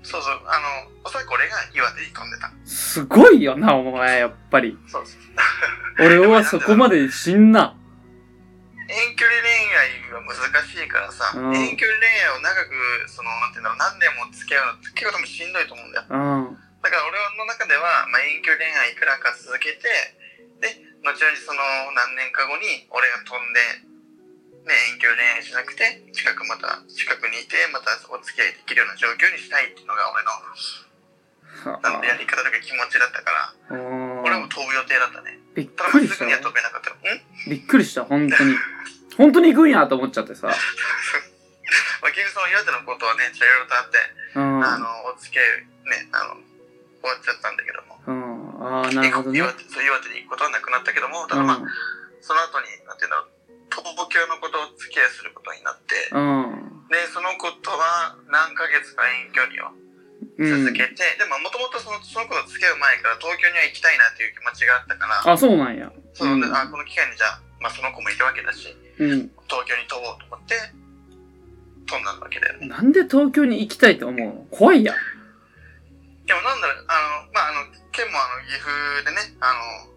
S3: そうそう、あの、おそらく俺が岩手に飛んでた。
S1: すごいよなお前やっぱり
S3: そうそう。
S1: 俺はそこまで死んな
S3: 遠距離恋愛は難しいからさ、
S1: うん
S3: 遠距離恋愛を長くそのなんていうんだろう何年も付き合うのって結構多分しんどいと思うんだよ
S1: うん
S3: だから俺の中では、まあ、遠距離恋愛いくらか続けてで後々その何年か後に俺が飛んで、ね、遠距離恋愛じゃなくて近くまた近くにいてまたお付き合いできるような状況にしたいっていうのが俺のなんでやり方とか気持ちだったから
S1: うん
S3: 俺も飛ぶ予定だったね
S1: びった
S3: だ
S1: くり
S3: す
S1: した
S3: ぐには飛べなかったよん
S1: びっくりした本当に本当に行くんやと思っちゃってさ
S3: まあ結局その岩手のことはねいろいろとあって
S1: うん
S3: あの、お付き合い、ね、あの、終わっちゃったんだけども。
S1: うんああなるほどね
S3: 岩手そう岩手に行くことはなくなったけども、
S1: う
S3: た
S1: ん
S3: だまあ、その後に、なんていうんだろう、東京のことをお付き合いすることになって、
S1: うん
S3: で、その子とは何ヶ月か遠距離を
S1: うん
S3: 続けて、でももともとそのその子と付き合う前から東京には行きたいなっていう気持ちがあったか
S1: あ
S3: ら、
S1: そうなんや
S3: その
S1: うん
S3: あこの機会にじゃあ、まあその子もいるわけだし、
S1: うん
S3: 東京に飛ぼうと思って、飛んだわけだよね。
S1: なんで東京に行きたいって思うの怖いやん
S3: でもなんだろう、あの、まあ、あの、県もあの、岐阜でね、あの、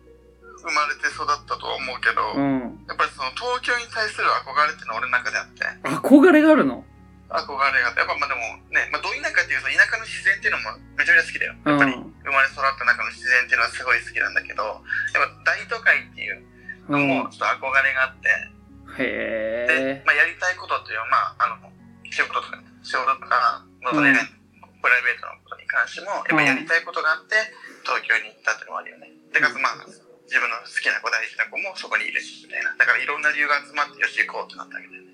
S3: 生まれて育ったとは思う
S1: う
S3: けど、
S1: ん
S3: やっぱりその東京に対する憧れっていうのは俺の中であって、
S1: 憧れがあるの
S3: 憧れがあって、やっぱまあでもね、まあ、ど田舎っていうと田舎の自然っていうのもめちゃめちゃ好きだよ。
S1: う
S3: やっぱ
S1: ん
S3: り生まれ育った中の自然っていうのはすごい好きなんだけど、やっぱ大都会っていう
S1: うん
S3: のもちょっと憧れがあって、
S1: へ
S3: で
S1: え、
S3: まあ、やりたいことっていうのは、まあ、あの、仕事とか、仕事とか、まあそれね、プライベートのことに関しても、やっぱりやりたいことがあって、東京に行ったっていうのもあるよね。で、かつ、まあ、自分の好きな子、大事な子もそこにいるし、みたいな。だから、いろんな理由が集まって、よし、行こうってなったわけだよね。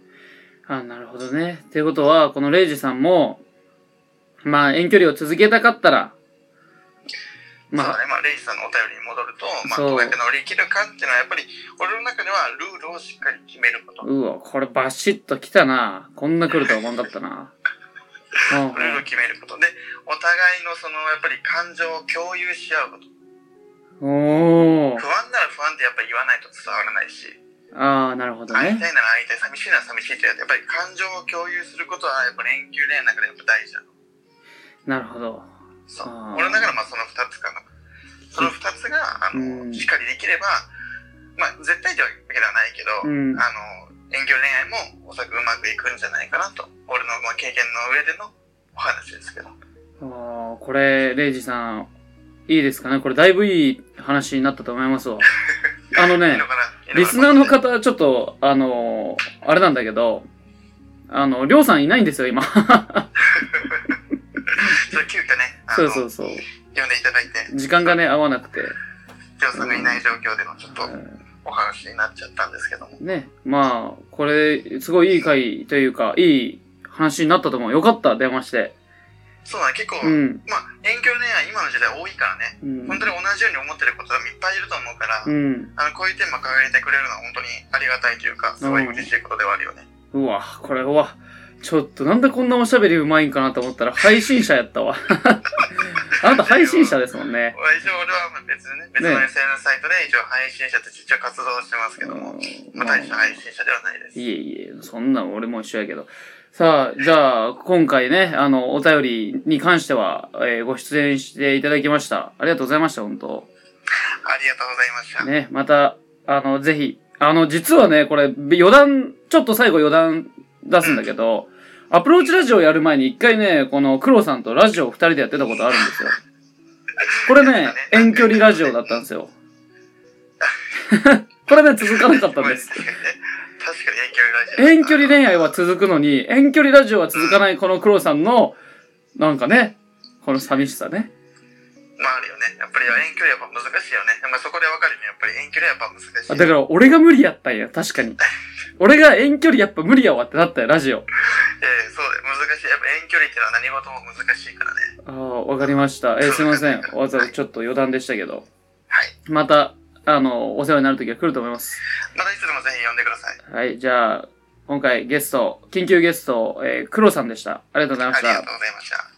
S1: あなるほどねっていうことはこのレイジさんもまあ遠距離を続けたかったらま
S3: そう
S1: あ
S3: だね、まあ、レイジさんのお便りに戻ると、まあ、
S1: そう
S3: どうやって乗り切るかっていうのは、やっぱり、俺の中では、ルールをしっかり決めること。ル
S1: うわこれバシッと来たなこんな来るとは思んだった
S3: [laughs]
S1: なうん
S3: ールを決めることで、お互いの、その、やっぱり感情を共有し合うこと。
S1: おお
S3: 不安なら不安ってやっぱり言わないと伝わらないし、
S1: ああなるほど
S3: 会い
S1: ね
S3: たいなら会いたい、寂しいなら寂しいって、やっぱり感情を共有することは、やっぱ連休恋愛の中でやっぱ大事
S1: な
S3: なの。
S1: るほど
S3: そう
S1: あー。
S3: 俺の中ではまあその二つかな。その二つが、あ
S1: う
S3: の、
S1: ん
S3: しっかりできれば、まあ、絶対というわけではないけど、
S1: うん
S3: あの、遠距離恋愛もおそらくうまくいくんじゃないかなと、俺のまあ経験の上でのお話ですけど。
S1: あーこれレイジさんいいですかねこれだいぶいい話になったと思い
S3: [laughs]
S1: ますわあの
S3: いい
S1: ね
S3: のかないいかな
S1: リスナーの方ちょっとあのーあれなんだけどあのりょうさんいないんですよ
S3: [laughs]
S1: 今
S3: ちょっと急遽ね、あ
S1: そ
S3: の、
S1: うそう
S3: 呼ん
S1: そう
S3: でいただいて、
S1: 時間がね合わなくて
S3: ジョーさんがいない状況でのちょっと
S1: う
S3: お話になっちゃったんですけども。
S1: んねまあこれすごいいい回というかいい話になったと思うよかった電話して
S3: そうだね、結構、
S1: うん、
S3: まあ、遠距離恋愛今の時代多いからね、
S1: うん
S3: 本当に同じように思ってること多分いっぱいいると思うから、
S1: うん
S3: あのこういうテーマ掲げてくれるのは本当にありがたいというか、すごい嬉しいことではあるよね。
S1: うわ、これは、ちょっとなんでこんなおしゃべりうまいんかなと思ったら配信者やったわ。 [laughs] あなた配信者ですもんね。
S3: まあ一応俺は別にね、別の SNS サイトで一応配信者として一応活動してますけども、まあ大した配信者ではないです。
S1: いえいえ、そんなん俺も一緒やけど。さあ、じゃあ、今回ね、あの、お便りに関しては、えーご出演していただきました。ありがとうございました、本当
S3: ありがとうございました。
S1: ね、また、あの、ぜひ、あの、実はね、これ、余談、ちょっと最後余談出すんだけど、アプローチラジオやる前に一回ね、この黒さんとラジオを二人でやってたことあるんですよ。これね、遠距離ラジオだったんですよ。 [laughs] これね、続かなかったんです。
S3: [laughs] 確かにね。確かに遠距離ラジオ。
S1: 遠距離恋愛は続くのに、遠距離ラジオは続かないこの黒さんの、なんかね、この寂しさね。
S3: まああるよね。やっぱり遠距離やっぱ難しいよね。まあそこでわかるね。やっぱり遠距離はやっぱ難しい。
S1: あだから俺が無理やったんや、確かに。俺が遠距離やっぱ無理やわってなったよ、ラジオ。
S3: ええそうだよ。難しい。やっぱ遠距離ってのは何事も難しいからね。
S1: ああ、わかりました。えーすいません。わざわざちょっと余談でしたけど。
S3: はい。
S1: また、あの、お世話になる時が来ると思います。
S3: またいつでもぜひ呼んでください。
S1: はい、じゃあ、今回ゲスト、緊急ゲスト、えー、黒さんでした。ありがとうございま
S3: あ
S1: し
S3: りが
S1: た
S3: と。うございました。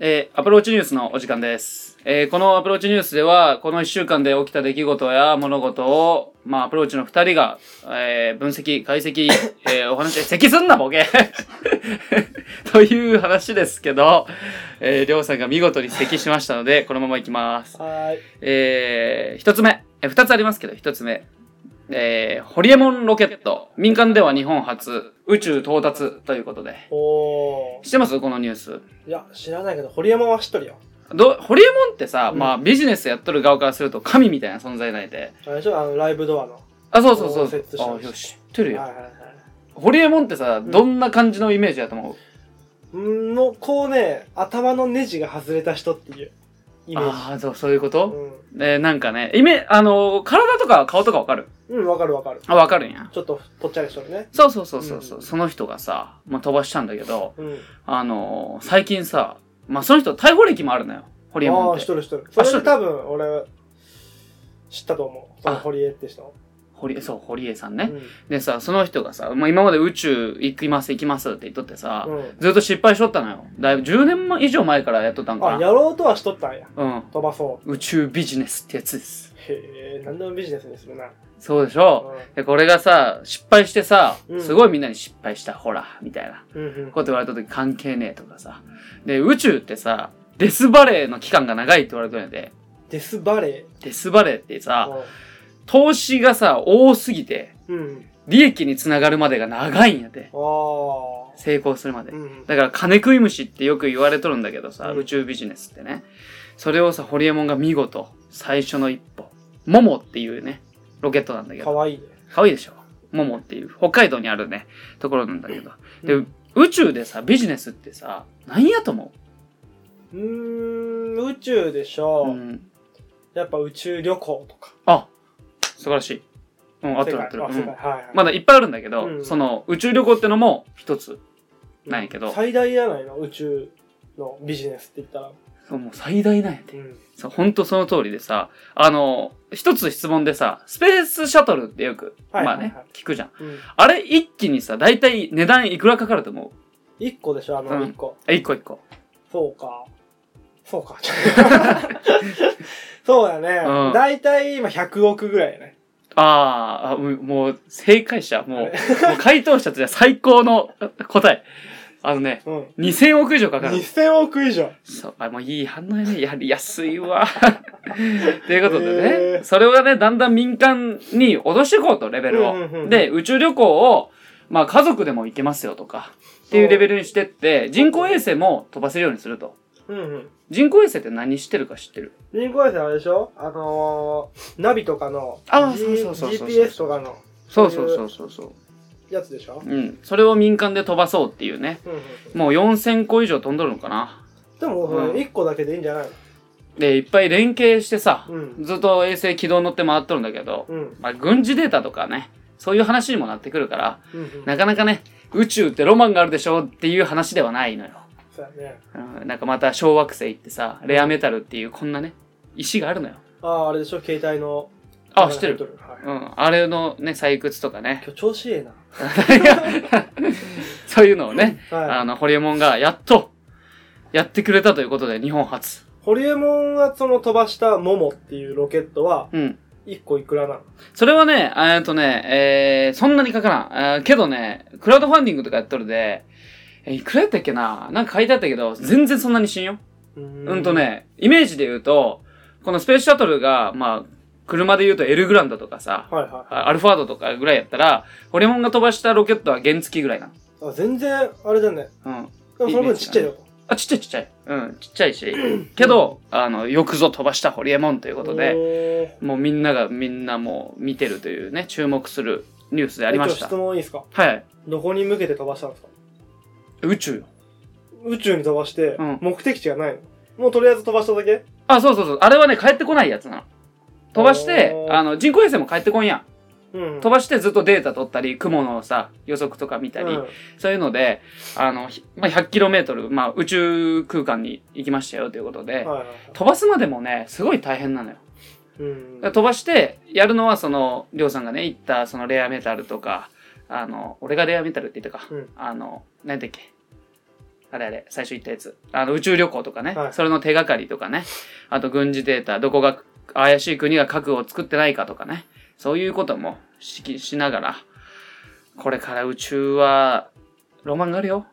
S1: えーアプローチニュースのお時間です。えーこのアプローチニュースでは、この1週間で起きた出来事や物事を、まあ、アプローチの2人が、えー分析、解析、えーお話、咳すんな、ボケ [laughs] という話ですけど、えー、りょうさんが見事に咳しましたので、このままいきます。
S2: はーい。
S1: え1つ目、え2つありますけど、1つ目。えーホリエモンロケット。民間では日本初、宇宙到達ということで。
S2: おー
S1: 知。ってますこのニュース。
S2: いや、知らないけど、堀山は知っとるよ。
S1: どホリエモンってさ、
S2: うん
S1: まあビジネスやっとる側からすると神みたいな存在ないで。
S2: あれでしょあの、ライブドアの。
S1: あ、そうそうそう
S2: おー説
S1: あ、
S2: 明
S1: よし、知ってる
S2: は
S1: よ。
S2: いはいはい。
S1: ホリエモンってさ、どんな感じのイメージやと思う、
S2: うんの、こうね、頭のネジが外れた人っていうイメージ。
S1: ああ、そう、そういうこと、
S2: うん
S1: えーなんかね、イメ、あのー体とか顔とかわかる
S2: うん、わかるわかる。
S1: あ、わかるんや。
S2: ちょっと、ぽっちゃりしとるね。
S1: そうそうそうそうそう、
S2: うん
S1: その人がさ、まあ飛ばしたんだけど、
S2: うん。
S1: あのー最近さ、まあその人逮捕歴もあるのよ。ホリエ
S2: あ
S1: モ
S2: あ
S1: ンっ。
S2: ー、してとるしとる。
S1: あ
S2: そ
S1: しと
S2: れ
S1: る
S2: 多分、俺、知ったと思う。そ
S1: あ
S2: の堀江って人。
S1: ホリエ、そう、ホリエさん
S2: う
S1: ね。
S2: ん。
S1: でさ、その人がさ、まあ今まで宇宙行きます行きますって言っとってさ、
S2: うん。
S1: ずっと失敗しとったのよ。だいぶ10年以上前からやっとったん
S2: あ
S1: か、
S2: や
S1: な。
S2: ろうとはしとったんや。
S1: うん。
S2: 飛ばそう。
S1: 宇宙ビジネスってやつです。
S2: へえ、何でもビジネスにするな。
S1: そうでしょ、で、これがさ、失敗してさ、
S2: うん
S1: すごいみんなに失敗した、ほら、みたいな
S2: うん。うん。
S1: こと言われた時関係ねえとかさ。で、宇宙ってさ、デスバレーの期間が長いって言われてるんやで、
S2: デスバレ
S1: デスバレーって
S2: ー
S1: さ、。投資がさ、多すぎて、
S2: うん。
S1: 利益につながるまでが長いんやで。
S2: ああ。
S1: 成功するまで
S2: う。ん。
S1: だから金食い虫ってよく言われとるんだけどさ、
S2: うん
S1: 宇宙ビジネスってね。それをさ、ホリエモンが見事、最初の一歩。モモっていうね、ロケットなんだけ
S2: か
S1: ど。
S2: わいいね。
S1: かわいいでしょモモっていう、北海道にあるね、ところなんだけど。で、
S2: う
S1: 宇宙でさ、ビジネスってさ、なんやと思
S2: うーん、宇宙でし
S1: う
S2: ょ。
S1: うん。
S2: やっぱ宇宙旅行とか。
S1: あ、素晴らしい。うん、あってるあ
S2: 世
S1: って
S2: 界
S1: る。
S2: あ
S1: う
S2: 世界
S1: ん
S2: はいはい。
S1: まだいっぱいあるんだけど、
S2: うん
S1: その、宇宙旅行ってのも一つ。ないけど
S2: 最大じゃないの宇宙のビジネスって言ったら。
S1: そうもう最大なんやて
S2: う。ん。
S1: そう、ほんとその通りでさ、あの、一つ質問でさ、スペースシャトルってよく、
S2: はい
S1: ま
S2: は
S1: あ
S2: いはい
S1: ね、聞くじゃん。
S2: うん。
S1: あれ一気にさ、だいたい値段いくらかかると思う
S2: 一個でしょあ
S1: う
S2: の
S1: ん
S2: 一個。
S1: あ、一個一個。
S2: そうか。そうか。 [laughs] そうだ
S1: う
S2: ね
S1: ん。
S2: だいたい今100億ぐらいやね。
S1: あーあ、もうもう、正解者、もう、もう回答者としては最高の答え。あのね、
S2: うん。
S1: 2000億以上かかる。
S2: 2000億以上。
S1: そう、あ、もういい反応やね。やりやすい
S2: [laughs]
S1: わ。ということでね、
S2: へー
S1: それをね、だんだん民間に落としていこうと、レベルを。
S2: うんうんうんうん
S1: で、宇宙旅行を、まあ家族でも行けますよとか、っていうレベルにしてって、人工衛星も飛ばせるようにすると。
S2: うんうん。
S1: 人工衛星って何してるか知ってる
S2: 人工衛星あれでしょあのー、ナビとかの、
S1: あー
S2: G-
S1: そうそうそうそう
S2: GPS とかの
S1: そ
S2: そうう
S1: そうそうそうそ
S2: やつでしょ
S1: う。うん。それを民間で飛ばそうっていうね。
S2: うんうんうん。
S1: もう4000個以上飛んどるのかな。
S2: でも、
S1: うん
S2: 1個だけでいいんじゃないの
S1: で、いっぱい連携してさ、
S2: うん
S1: ずっと衛星軌道に乗って回っとるんだけど、
S2: うん。
S1: まあ軍事データとかね、そういう話にもなってくるから、
S2: うんうん。
S1: なかなかね、宇宙ってロマンがあるでしょっていう話ではないのよ。
S2: そうやね。
S1: うん、なんかまた小惑星行ってさ、レアメタルっていうこんなね、石があるのよ。
S2: ああ、あれでしょ携帯の。
S1: あ、知ってる。
S2: る。はい。
S1: うん。あれのね、採掘とかね、
S2: 今日調子いいな。
S1: [laughs] そういうのをね、
S2: はい。
S1: あの、ホリエモンがやっと、やってくれたということで、日本初。
S2: ホリエモンがその飛ばしたモモっていうロケットは、
S1: うん。
S2: 1個いくらなの
S1: それはね、えっとね、えー、そんなにかからん。あーけどね、クラウドファンディングとかやっとるで、えーいくらやったっけななんか書いてあったけど、全然そんなに信用。
S2: う
S1: うんと。ね、イメージで言うと、このスペースシャトルが、まあ、車で言うとエルグランドとかさ、
S2: はいは
S1: あアルファードとかぐらいやったら、ホリエモンが飛ばしたロケットは原付きぐらいな。
S2: い。あ全然、あれだね。
S1: うん。
S2: でもその分ちっちゃいよ。
S1: あ、ちっちゃいちっちゃい。うん、ちっちゃいし。けど、あの、よくぞ飛ばしたホリエモンということで、
S2: で、
S1: もうみんながみんなもう見てるというね、注目するニュースであ
S2: あ
S1: りまし
S2: 質
S1: た。
S2: 問いいですか
S1: はい。
S2: どこに向けて飛ばしたんですか
S1: 宇宙よ。
S2: 宇宙に飛ばして
S1: うん、
S2: 目的地がないの、もうとりあえず飛ばしただけ
S1: あ、そうそうそう。あれはね、帰ってこないやつなの。飛ばして
S2: お、ー
S1: あの、人工衛星も帰ってこんやん。
S2: うん。
S1: 飛ばしてずっとデータ取ったり、雲のさ、予測とか見たり、
S2: うん
S1: そういうので、あの、ひまあ、100km、まあ、宇宙空間に行きましたよということで、
S2: はいはいはい
S1: 飛ばすまでもね、すごい大変なのよ。
S2: うん
S1: だから飛ばしてやるのはそのりょうさんがね言ったそのレアメタルとかあの俺がレアメタルって言ったか、
S2: うん
S1: あの何だっけあれあれ最初言ったやつあの宇宙旅行とかね、
S2: はい
S1: それの手がかりとかねあと軍事データどこが怪しい国が核を作ってないかとかねそういうことも指揮しながらこれから宇宙はロマンがあるよ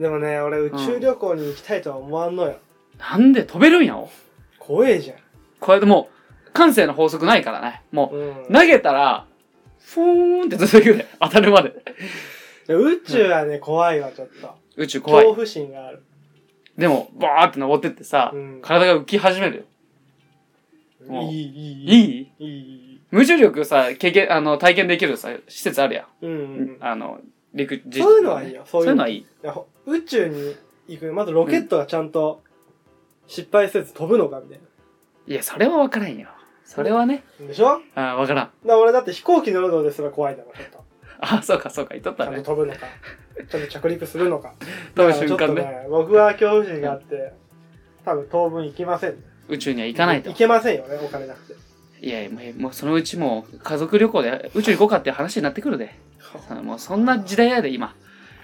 S2: でもね、俺宇宙旅行に行きたいとは思わんのよ。
S1: なんで飛べるんやお
S2: 怖えじゃん。
S1: これでもう感性の法則ないからねも
S2: うん
S1: う投げたらフォーンって続くで当たるまで
S2: 宇宙はね、怖いわ、ちょっと。
S1: 宇宙怖
S2: 恐
S1: い。
S2: 怖心がある。
S1: でも、バーって登ってってさ、
S2: うん
S1: 体が浮き始めるよ。もう
S2: いい、
S1: い
S2: いい、い
S1: い
S2: い。いい、いい。
S1: 無重力さ、経験、あの、体験できるさ、施設あるや
S2: うん
S1: ん。
S2: うん。
S1: あの、陸、そう
S2: そういうのはいいよ。そう
S1: そういう
S2: い
S1: う
S2: の
S1: の
S2: い
S1: はいい。
S2: やほ宇宙に行く。まずロケットがちゃんと失敗せず飛ぶのかみたい
S1: いや、それは分からんよ。それはね、
S2: な。でしょだか
S1: あ分からん。 [laughs]
S2: ら俺だって飛行機乗るのですら怖いだろ、ちょっと。
S1: あ、そうか、そうか、言っとっ
S2: ち
S1: た
S2: ゃんと
S1: ね。
S2: 飛ぶのか。ちゃんと着陸するのか。
S1: 飛ぶ
S2: だから
S1: 瞬
S2: ちょっ
S1: 間
S2: と
S1: ね、
S2: ね、僕は恐怖心があって、多分当分行きません。
S1: 宇宙には行かないと
S2: 行。けませんよね、お金なくて。
S1: いやいや、もう、もうそのうちもう、家族旅行で宇宙行こうかっていう話になってくるで。そのもう、そんな時代やで、今。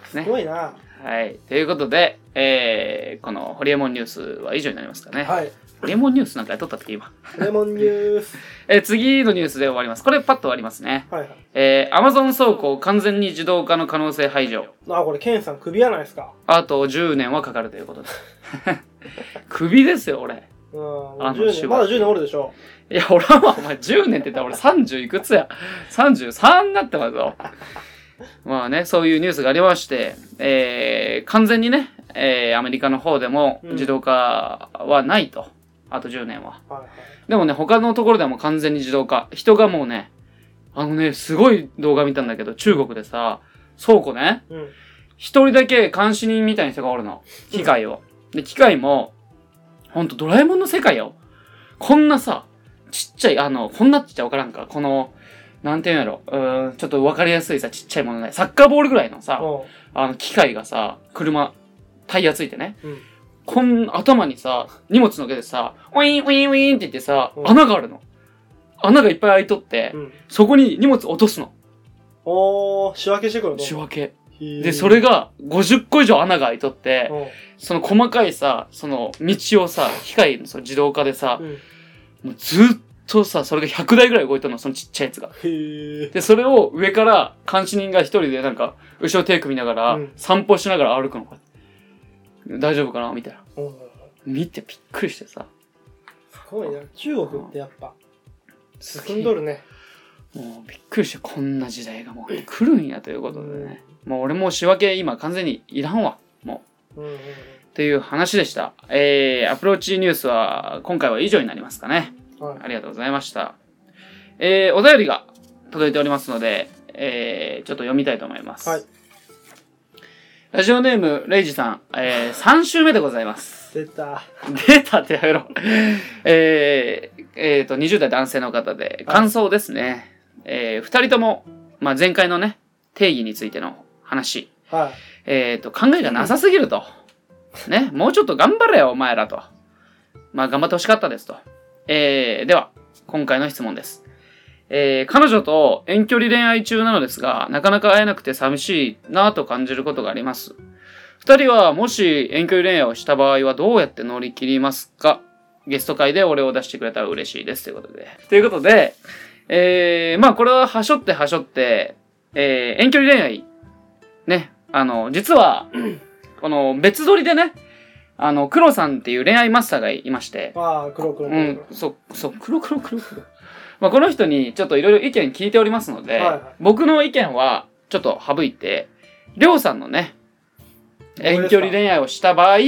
S2: すごいな。
S1: はい。ということで、えー、この、ホリエモンニュースは以上になりますかね。
S2: はい。
S1: ホリエモンニュースなんかやっとったっけ、今。
S2: レモンニュ
S1: [laughs]
S2: ース。
S1: えー次のニュースで終わります。これパッと終わりますね。
S2: はいはい。
S1: えー、Amazon 倉庫完全に自動化の可能性排除。
S2: あ、これ、ケンさん首やないですか。
S1: あと10年はかかるということです。 [laughs] 首ですよ、俺。
S2: うん、もう
S1: あの
S2: 10
S1: シュ
S2: 年、
S1: ワ
S2: まだ10年おるでしょ。
S1: いや、俺はまあ、お前10年って言ったら俺30いくつや。33になってますよ。まあね、そういうニュースがありまして、えー、完全にね、えー、アメリカの方でも自動化はないと。あと10年は。
S2: はいはい。
S1: でもね、他のところではもう完全に自動化。人がもうね、あのね、すごい動画見たんだけど、中国でさ、倉庫ね、
S2: うん。
S1: 一人だけ監視人みたいな人がおるの。機械を。で、機械も、ほんとドラえもんの世界よ。こんなさ、ちっちゃい、あの、こんなって言っちゃわからんか。この、なんていうんやろ。うーん、ちょっとわかりやすいさ、ちっちゃいものね。サッカーボールぐらいのさ、あの、機械がさ、車、タイヤついてね。
S2: うん
S1: こん、頭にさ、荷物のけてさ、ウィーン、ウィーン、ウィーンって言ってさ、
S2: うん
S1: 穴があるの。穴がいっぱい開いとって、
S2: うん。うん。
S1: そこに荷物落とすの。
S2: おー、仕分けしてくるの
S1: 仕分け。
S2: け
S1: で、それが50個以上穴が開いとって、
S2: う
S1: その細かいさ、その道をさ、機械のその自動化でさ
S2: ん。、うん。へ
S1: もうずっとさ、それが100台ぐらい動いとるの、そのちっちゃいやつが。
S2: ー。
S1: で、それを上から監視人が一人でなんか、後ろ手組みながら、
S2: うん
S1: 散歩しながら歩くの、こうやって大丈夫かなみたいな。
S2: うん
S1: 見てびっくりしてさ。
S2: すごいな。中国ってやっぱ、
S1: す
S2: 進んどるね。
S1: もうびっくりしてこんな時代がもう来るんやということでね、もう俺もう仕分け今完全にいらんわも
S2: うんうんうん。
S1: うという話でしたえー、アプローチニュースは今回は以上になりますかね
S2: はい
S1: ありがとうございましたえー、お便りが届いておりますのでえー、ちょっと読みたいと思います、
S2: はい
S1: ラジオネームレイジさん、えー、3週目でございます
S2: 出た。
S1: データってやめろ。えー、えーと、20代男性の方で、
S2: はい
S1: 感想ですね。えー、二人とも、まあ、前回のね、定義についての話、
S2: はい。
S1: えーと、考えがなさすぎると。ね、もうちょっと頑張れよ、お前らと。まあ、頑張ってほしかったですと。えー、では、今回の質問です。えー、彼女と遠距離恋愛中なのですが、なかなか会えなくて寂しいなぁと感じることがあります。二二人はもし遠距離恋愛をした場合はどうやって乗り切りますかゲスト会でお礼を出してくれたら嬉しいですということで。ということで、えー、まあこれははしょってはしょって、えー、遠距離恋愛、ね、あの、実は、この別撮りでね、あの、黒さんっていう恋愛マスターがいまして、
S2: ああ、黒黒黒
S1: う
S2: 黒。
S1: ん、そう、そう、黒黒黒黒。まあ、この人にちょっといろいろ意見聞いておりますので、
S2: はいはい
S1: 僕の意見はちょっと省いて、りょうさんのね、遠距離恋愛をした場合、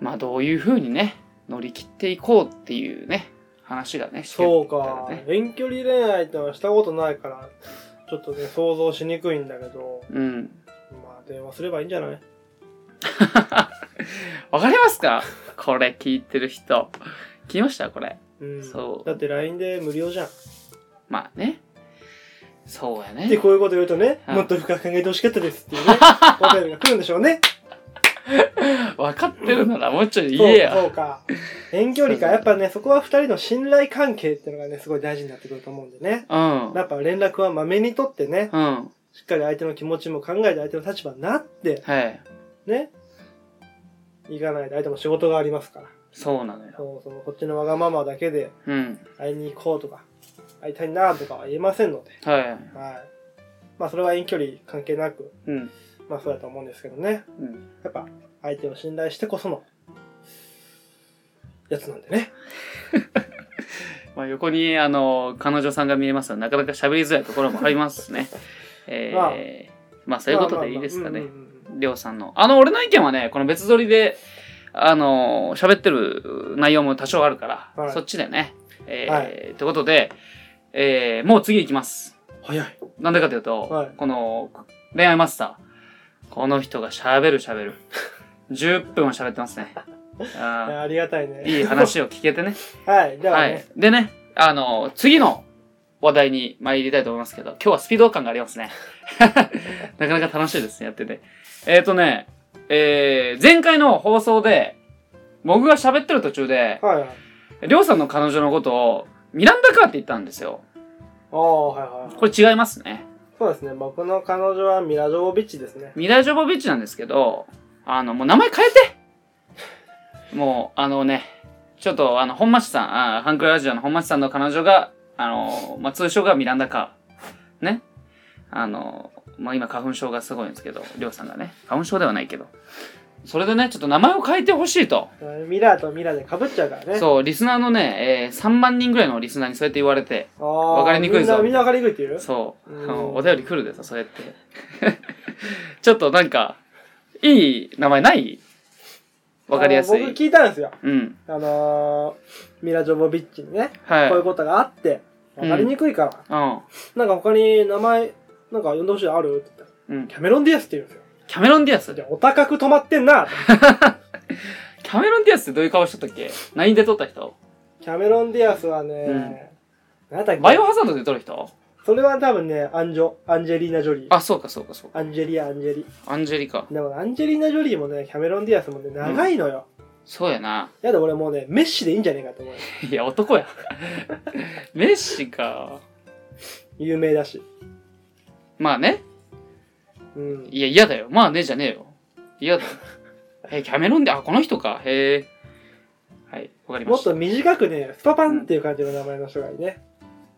S1: まあ、どういうふうにね、乗り切っていこうっていうね、話がね、してる
S2: そう
S1: だ
S2: か
S1: からね。
S2: 遠距離恋愛ってのはしたことないから、ちょっとね、想像しにくいんだけど、
S1: うん。
S2: まあ電話すればいいんじゃない
S1: わかりますか [laughs] これ聞いてる人。聞きましたこれ。
S2: うん。
S1: そう
S2: だって LINE で無料じゃん。
S1: まあね。そうや
S2: で、
S1: ね。
S2: こういうこと言うとね、
S1: うん
S2: もっと深く考えてほしかったですっていうね、
S1: [laughs]
S2: お便りが来るんでしょうね。
S1: 分かってるならもうちょい言え
S2: そ
S1: よ。
S2: うそうか。遠距離か。やっぱね、そこは二人の信頼関係ってのがね、すごい大事になってくると思うんでね。
S1: うん。
S2: やっぱ連絡はまめにとってね、
S1: うん。
S2: しっかり相手の気持ちも考えて相手の立場になって、
S1: はい。
S2: ね。行かないで相手も仕事がありますから。
S1: そうなのよ。
S2: そうそう、こっちのわがままだけで
S1: うん。
S2: 会いに行こうとか、会いたいなとかは言えませんので、
S1: はい。
S2: はい。まあそれは遠距離関係なく、
S1: うん。
S2: まあそうだと思うんですけどね。
S1: うん。
S2: やっぱ相手を信頼してこその、やつなんでね。
S1: まあ、横に、あの、彼女さんが見えますので、なかなか喋りづらいところもありますね。えー、まあ、そういうことでいいですか
S2: ま
S1: ね
S2: あ。まあまあうんうんうん
S1: りょうさんの。あの、俺の意見はね、この別撮りで、あの、喋ってる内容も多少あるから、
S2: はい
S1: そっちでね。えー、
S2: は
S1: ということで、えー、もう次行きます。
S2: 早い。
S1: なんでかというと、
S2: はい
S1: この、恋愛マスター。この人が喋る
S2: [laughs]
S1: 喋る。10分は喋ってますね。
S2: いや
S1: あ
S2: ありがたい
S1: ー
S2: ね。
S1: いい話を聞けてね。
S2: はい。では
S1: は
S2: ね、
S1: い。でね、あの、次の話題に参りたいと思いますけど、今日はスピード感がありますね。 [laughs] なかなか楽しいですね、やってて。えっ、ー、とね、えー、前回の放送で、僕が喋ってる途中で、
S2: はい。はい。
S1: りょうさんの彼女のことを、ミランダカーって言ったんですよ。
S2: ああ、はいはい。
S1: これ違いますね。
S2: そうですね。僕の彼女はミラジョービッチですね。
S1: ミラジョボビッチなんですけど、あの、もう名前変えてもう、あのね、ちょっと、あの、本町さん、あハンクラジオの本町さんの彼女が、あの、まあ、通称がミランダカー。ね。あの、まあ、今、花粉症がすごいんですけど、りょうさんがね。花粉症ではないけど。それでね、ちょっと名前を変えてほしいと。
S2: ミラーとミラーで被っちゃうからね。
S1: そう、リスナーのね、えー3万人ぐらいのリスナーにそうやって言われて、
S2: う。わ
S1: わかりにくいぞ
S2: みんな分かりにくいって言う
S1: そう、
S2: う
S1: あ
S2: ん
S1: のお便り来るでさ、そうやって。 [laughs] ちょっとなんか、いい名前ないわかりやす
S2: あの
S1: い
S2: 僕。聞いたんですよ。
S1: うん。
S2: あのー、ミラジョボビッチにね、
S1: はい。
S2: こういううことがあって、分かりにくいから、
S1: ん。
S2: なんか他に名前、なんか呼んでほしいのあるって言ったら
S1: うん
S2: キ。ャメロン・ディアスって言うんですよ。
S1: キャメロン・ディアス。
S2: じゃあ、お高く止まってんなって。
S1: キャメロン・ディアスってどういう顔しとったっけ ?LINE で撮った人
S2: キャメロン・ディアスはね、なんだっけ
S1: バイオハザードで撮る人
S2: それは多分ね、アンジョ、アンジェリーナ・ジョリー。
S1: あ、そうかそうかそうか。
S2: アンジェリア、アンジェリ
S1: アンジェリカ。
S2: ー。でも、アンジェリーナ・ジョリーもね、キャメロン・ディアスもね、長いのよ。
S1: そうやな。 [laughs]
S2: やだ、俺もうね、メッシでいいんじゃねえかと思うよ。
S1: いや、男や。 [laughs] メッシか。
S2: 有名だし。
S1: まあね。
S2: うん。
S1: いや、嫌だよ。まあね、じゃねえよ。嫌だよ。え、キャメロンで、あ、この人か。へえ。はい、わかりま
S2: もっ
S1: した。
S2: と短くね、スパパンっていう感じの名前の人がいいね。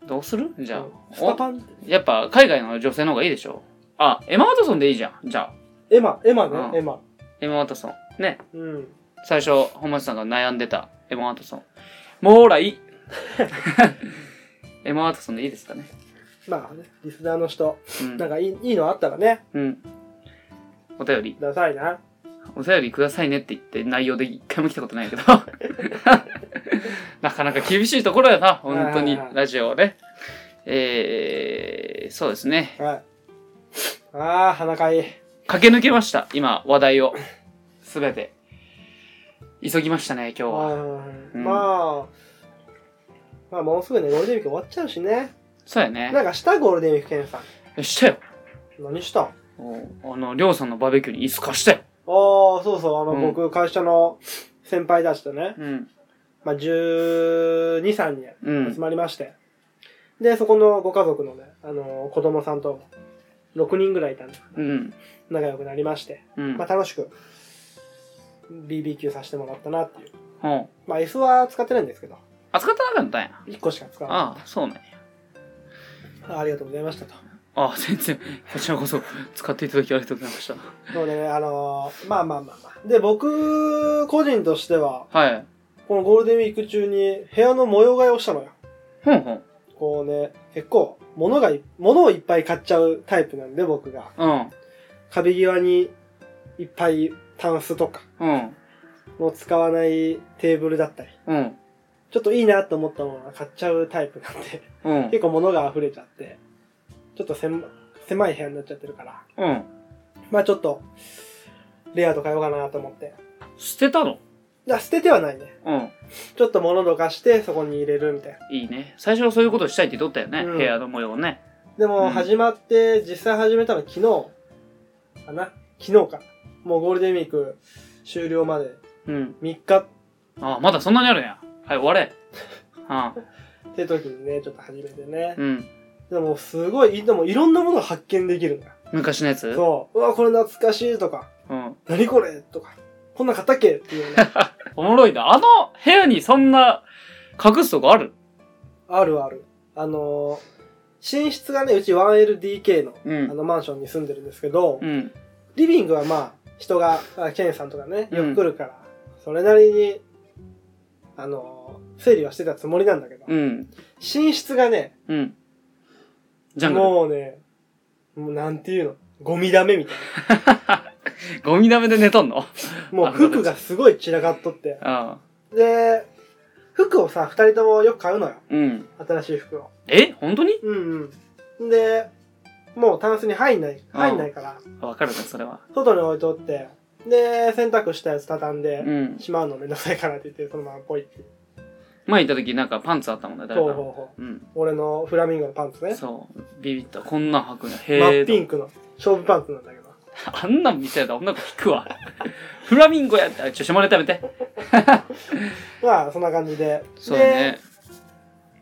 S1: どうするじゃあ。
S2: スパパンって。
S1: おやっぱ、海外の女性の方がいいでしょ。あ、エマ・ワトソンでいいじゃん。じゃあ、
S2: エマ、エマ
S1: うん
S2: ね、エマ。
S1: エマ・ワトソン。ね。
S2: うん。
S1: 最初、本町さんが悩んでた、エマ・ワトソン。もうらい [laughs] エマ・ワトソンでいいですかね。
S2: まあね、リスナーの人、
S1: うん
S2: なん。かいいいいのあったらね、
S1: うん。お便り、
S2: ダサいな。
S1: お便りくださいねって言って内容で一回も来たことないけど。 [laughs] なかなか厳しいところやな、本当
S2: はい
S1: に
S2: はいは、い
S1: ラジオはね。えー、そうですね。
S2: はい。ああ、鼻かいい。
S1: 駆け抜けました、今、話題を。すべて。急ぎましたね、今日は。
S2: はい
S1: うん
S2: まあ、まあ、もうすぐね、ゴールデンウィーク終わっちゃうしね。
S1: そうやね
S2: な。んかしたゴールデンウィークケンさん。
S1: したよ。
S2: 何したんあ
S1: おあの、りょうさんのバーベキューに椅子貸したよ。
S2: あ、そうそう、あの、
S1: うん
S2: 僕、会社の先輩たちとね、
S1: うん。
S2: まあ、12、3人
S1: うん
S2: 集。まりまして、で、そこのご家族のね、あの、子供さんと6人ぐらいいたんで
S1: うん。
S2: 仲良くなりまして、
S1: うん
S2: まあ、。楽しく BBQ させてもらったなっていう
S1: ほう。
S2: まあ F は使ってないんですけど
S1: 扱ってなかったんや。
S2: 1個しか使わ
S1: ああ、そうね。
S2: ないあありがとうございましたと
S1: ああ、全然、こちらこそ使っていただきありがとうございました。
S2: そうねあのーまあまあまあまあで僕個人としては
S1: はい。
S2: このゴールデンウィーク中に部屋の模様替えをしたのよ
S1: ほうほう。
S2: こうね結構物がい物をいっぱい買っちゃうタイプなんで僕が
S1: うん。
S2: 壁際にいっぱいタンスとか
S1: うん。
S2: の使わないテーブルだったり
S1: うん。
S2: ちょっといいなと思ったものは買っちゃうタイプなんで
S1: うん。
S2: 結構物が溢れちゃってちょっと狭狭い部屋になっちゃってるから
S1: うん。
S2: まあちょっとレイアウト変えようかなと思って
S1: 捨てたの
S2: いや捨ててはないね
S1: うん。
S2: ちょっと物どかしてそこに入れるみたいない
S1: いね。最初はそういうことしたいって言っとったよね。
S2: うん
S1: 部屋の模様をね。
S2: で
S1: うん
S2: も始まって、実際始めたの昨日かな昨日かもうゴールデンウィーク終了まで
S1: うん。
S2: 3日
S1: ああ、まだそんなにあるんや。はい、終われ。ああ、
S2: って時にねちょっと始めてね
S1: うん。
S2: でもすごいでもいろんなものが発見できるんだよ
S1: 昔のやつ
S2: そううわこれ懐かしいとか
S1: うん。
S2: 何これとかこんなん買ったっけっていうね
S1: おもろいな。あの部屋にそんな隠すとこある
S2: あるあるあのー寝室がねうち 1LDK の
S1: う
S2: あ。のマンションに住んでるんですけど、
S1: うん。
S2: リビングはまあ人があケンさんとかね
S1: う
S2: よ
S1: ん
S2: く来るから、それなりにあのー整理はしてたつもりなんだけど、
S1: うん。
S2: 寝室がね
S1: うん。ジャング
S2: もうねもうなんていうのゴミダメみたい
S1: ル。ゴミダメで寝とんの [laughs]
S2: なもう服がすごい散らかっとって
S1: ああ。
S2: で服をさ二人ともよく買うのよ
S1: うん。
S2: 新しい服を
S1: え本当に
S2: うんうんでもうタンスに入んない入んないから
S1: わかるね、それは。
S2: 外に置いとってで洗濯したやつ畳ん
S1: う
S2: で
S1: ん。
S2: しまうのめんどくさいからって言ってそのままポイって
S1: 前行った時なんかパンツあったもんね、誰
S2: ほう
S1: か
S2: ほう
S1: の。
S2: ほう
S1: うん。
S2: 俺のフラミンゴのパンツね
S1: そう。ビビった。こんなん履くんや。
S2: 真
S1: へえ
S2: っ。ピンクの勝負パンツなんだけど
S1: あんなん見せたら女の子引くわ。 [laughs] フラミンゴやって。あちょ、下ネタやめて。
S2: まあそんな感じで
S1: そうやね
S2: で。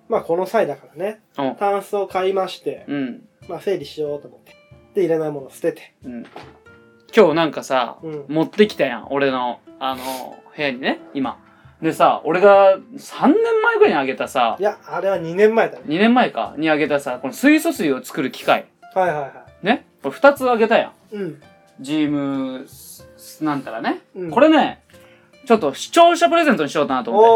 S2: まあこの際だからね
S1: うん
S2: タンスを買いまして、
S1: うん。
S2: まあ、整理しようと思ってでいらないものを捨てて
S1: うん。今日なんかさ、
S2: うん
S1: 持ってきたやん。俺の、あの、部屋にね、今。でさ、俺が3年前ぐらいにあげたさ
S2: い、やあれは2年前だね
S1: 2年前か、にあげたさ、この水素水を作る機械。
S2: はいはいは
S1: ね。これ2つあげたやん。
S2: いうん
S1: ジームス、なんたらね。
S2: うん
S1: これね、ちょっと視聴者プレゼントにしようかなと思って。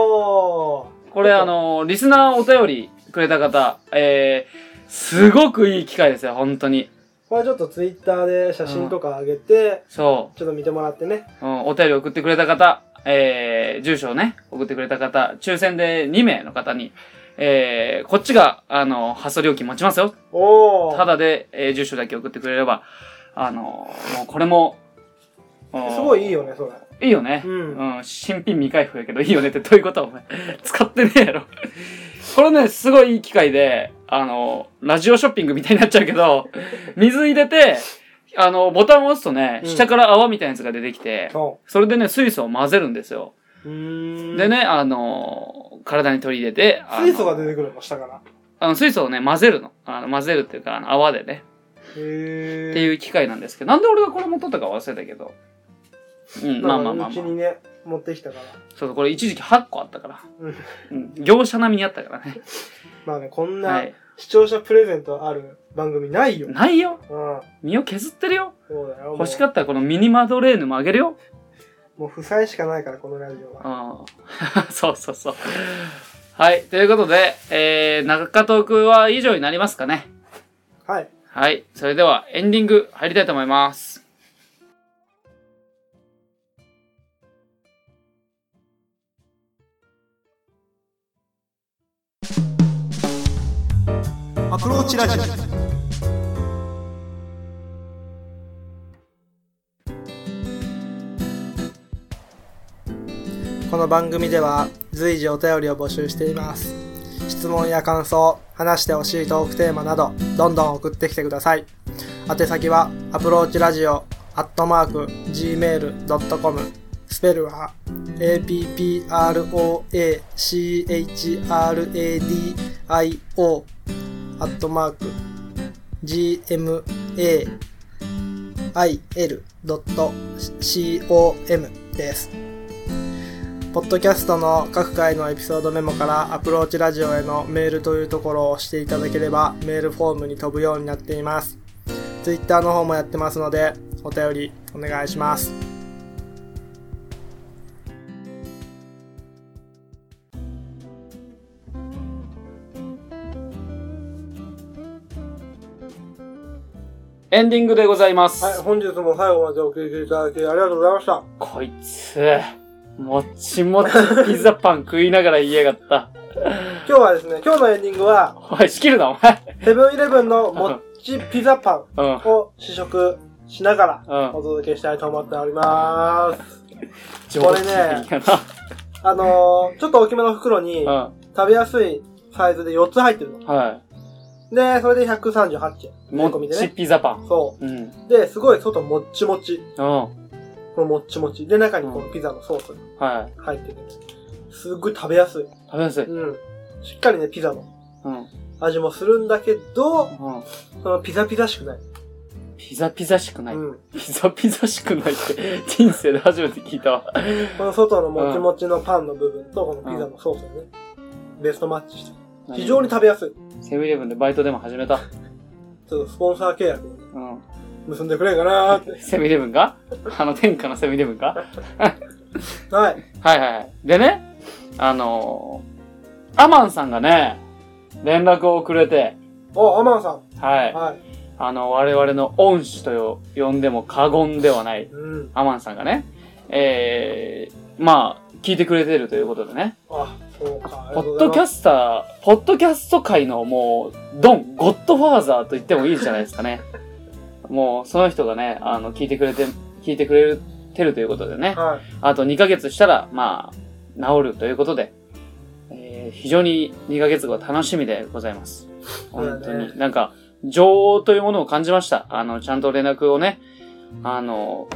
S2: おー
S1: これあの、リスナーお便りくれた方、えー、すごくいい機会ですよ、本当に。
S2: これちょっとツイッターで写真とか上げて、
S1: そ
S2: ちょっと見てもらってね
S1: う。うん、お便り送ってくれた方、えー、住所をね、送ってくれた方、抽選で2名の方に、えー、こっちが、あの、発送料金持ちますよ。
S2: おお
S1: ただで、えー、住所だけ送ってくれれば、あの、もうこれも、うん
S2: すごいいいよねそれ
S1: いいよね。
S2: うん
S1: うん。新品未開封やけどいいよねってどういうことお前。使ってねえやろ。これね、すごいいい機械で、あの、ラジオショッピングみたいになっちゃうけど、水入れて、あの、ボタンを押すとね、
S2: うん
S1: 下から泡みたいなやつが出てきて、
S2: そ
S1: それでね、水素を混ぜるんですよ。
S2: ううーん
S1: でね、あの、体に取り入れて、あの
S2: 水素が出てくるの下から
S1: あの水素をね、混ぜるの。あの混ぜるっていうか、あの泡でね。
S2: へえ
S1: っていう機械なんですけど、なんで俺がこれ持っとったか忘れたけど。うん、まあまあまあ、
S2: う
S1: まあ
S2: ち。にね持ってきたから
S1: そうそう、これ一時期8個あったから。
S2: うん
S1: うん業者並みにあったからね。
S2: まあねこん
S1: は。
S2: [laughs] ない視聴者プレゼントある番組ないよ、
S1: ないよ。
S2: うん
S1: 身を削ってるよ。
S2: そうだよ
S1: 欲しか
S2: っ
S1: ったらこのミニマドレーヌもあげるよ。
S2: もうもう負債しかないからこのラジオは
S1: ああ。 [laughs] そうそうそう。はい。ということで、えー、中トークは以上になりますかね。
S2: はい
S1: はい。それではエンディング入りたいと思います。
S2: アプローチラジオこの番組では随時お便りを募集しています質問や感想話してほしいトークテーマなどどんどん送ってきてください宛先はアプローチラジオアットマーク Gmail.com スペルは APPROACHRADIO アットマーク gmail.com です。ポッドキャストの各回のエピソードメモからアプローチラジオへのメールというところを押していただければメールフォームに飛ぶようになっています。ツイッターの方もやってますのでお便りお願いします。
S1: エンディングでございます。
S2: はい、本日も最後までお聞きいただきありがとうございました。
S1: こいつ、もっちもちピザパン食いながら言いやがった。
S2: 今日はですね、今日のエンディングは、
S1: おい、仕切るな、お前。
S2: セブンイレブンのもっちピザパ
S1: うん
S2: ン。を試食しなが
S1: う
S2: ら
S1: ん
S2: お届けしたいと思っております。
S1: 上
S2: これ
S1: 品
S2: ね
S1: やな。
S2: あのー、ちょっと大きめの袋に
S1: う
S2: 食べやすいサイズで4つ入ってるの。
S1: ん。は
S2: で、それで138
S1: い。
S2: 円。
S1: も
S2: も込み
S1: っ
S2: で
S1: ち
S2: ね。
S1: ピザパン。
S2: そ
S1: うん。うん。
S2: う。で、すごい外もっちもち。
S1: は
S2: このもっちもち。で、中にこのピザのソースが
S1: い。
S2: 入ってて。すっごい食べやすい。
S1: 食べやすい。
S2: うん。しっかりね、ピザの
S1: うん。う
S2: 味もするんだけど、
S1: ん。
S2: そのピザピザしくない。
S1: ピザピザしくない。
S2: うん。
S1: ピザピザしくないって、 [laughs] 人生で初めて聞いたわ。
S2: この外のもちもちのパンの部分と、このピザのソースがね、ベストマッチして。非常に食べやすい。
S1: セブンイレブンでバイトでも始めた。
S2: ちょっとスポンサー契約をね
S1: うん。
S2: 結んでくれんかなーって。
S1: セブンイレブンがあの天下のセブンイレブンが
S2: はい。
S1: はいはいはい。でね、あのーアマンさんがね、連絡をくれて、
S2: お、アマンさん。
S1: はい。
S2: はい。
S1: あの、我々の恩師と呼んでも過言ではない、
S2: うん。
S1: アマンさんがね、えー、まあ、聞いてくれてるということでね、
S2: あ、そうか。あ
S1: ポ
S2: りがとう
S1: ッ
S2: ござい
S1: ド
S2: ま
S1: キ
S2: す
S1: ャスター、ポッドキャスト界のもう、ドン、ゴッドファーザーと言ってもいいじゃないですかね。もう、その人がね、あの、聞いてくれて、聞いてくれてるということでね、
S2: はい。
S1: あと2ヶ月したら、まあ、治るということで、えー非常に2ヶ月後が楽しみでございます。
S2: そうだ
S1: 本
S2: ね
S1: 当に。なんか、情というものを感じました。あの、ちゃんと連絡をね、あの、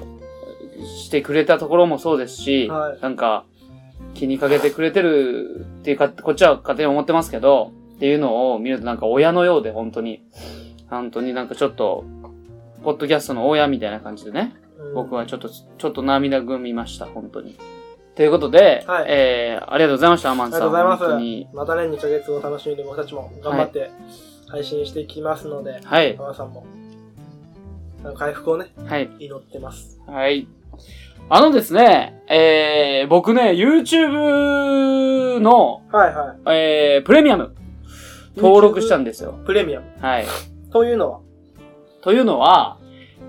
S1: してくれたところもそうですし、
S2: はい
S1: なんか、気にかけてくれてるっていうか、こっちは勝手に思ってますけど、っていうのを見るとなんか親のようで本当に、本当になんかちょっと、ポッドキャストの親みたいな感じでね、
S2: うん
S1: 僕はちょっと、ちょっと涙ぐみました、本当に。ということで、
S2: はい
S1: えー、ありがとうございました、アマンさん。
S2: ありがとうございます
S1: 本当に。
S2: またね、2ヶ月後楽しみで僕たちも頑張って配信していきますので、
S1: はい、
S2: 皆さんも、あの回復をね、
S1: はい、
S2: 祈ってます。
S1: はい。あのですね、えー、僕ね、YouTube の、
S2: はいはい。
S1: えー、プレミアム、登録したんですよ。
S2: プレミアム。
S1: はい。
S2: というのは、
S1: というのは、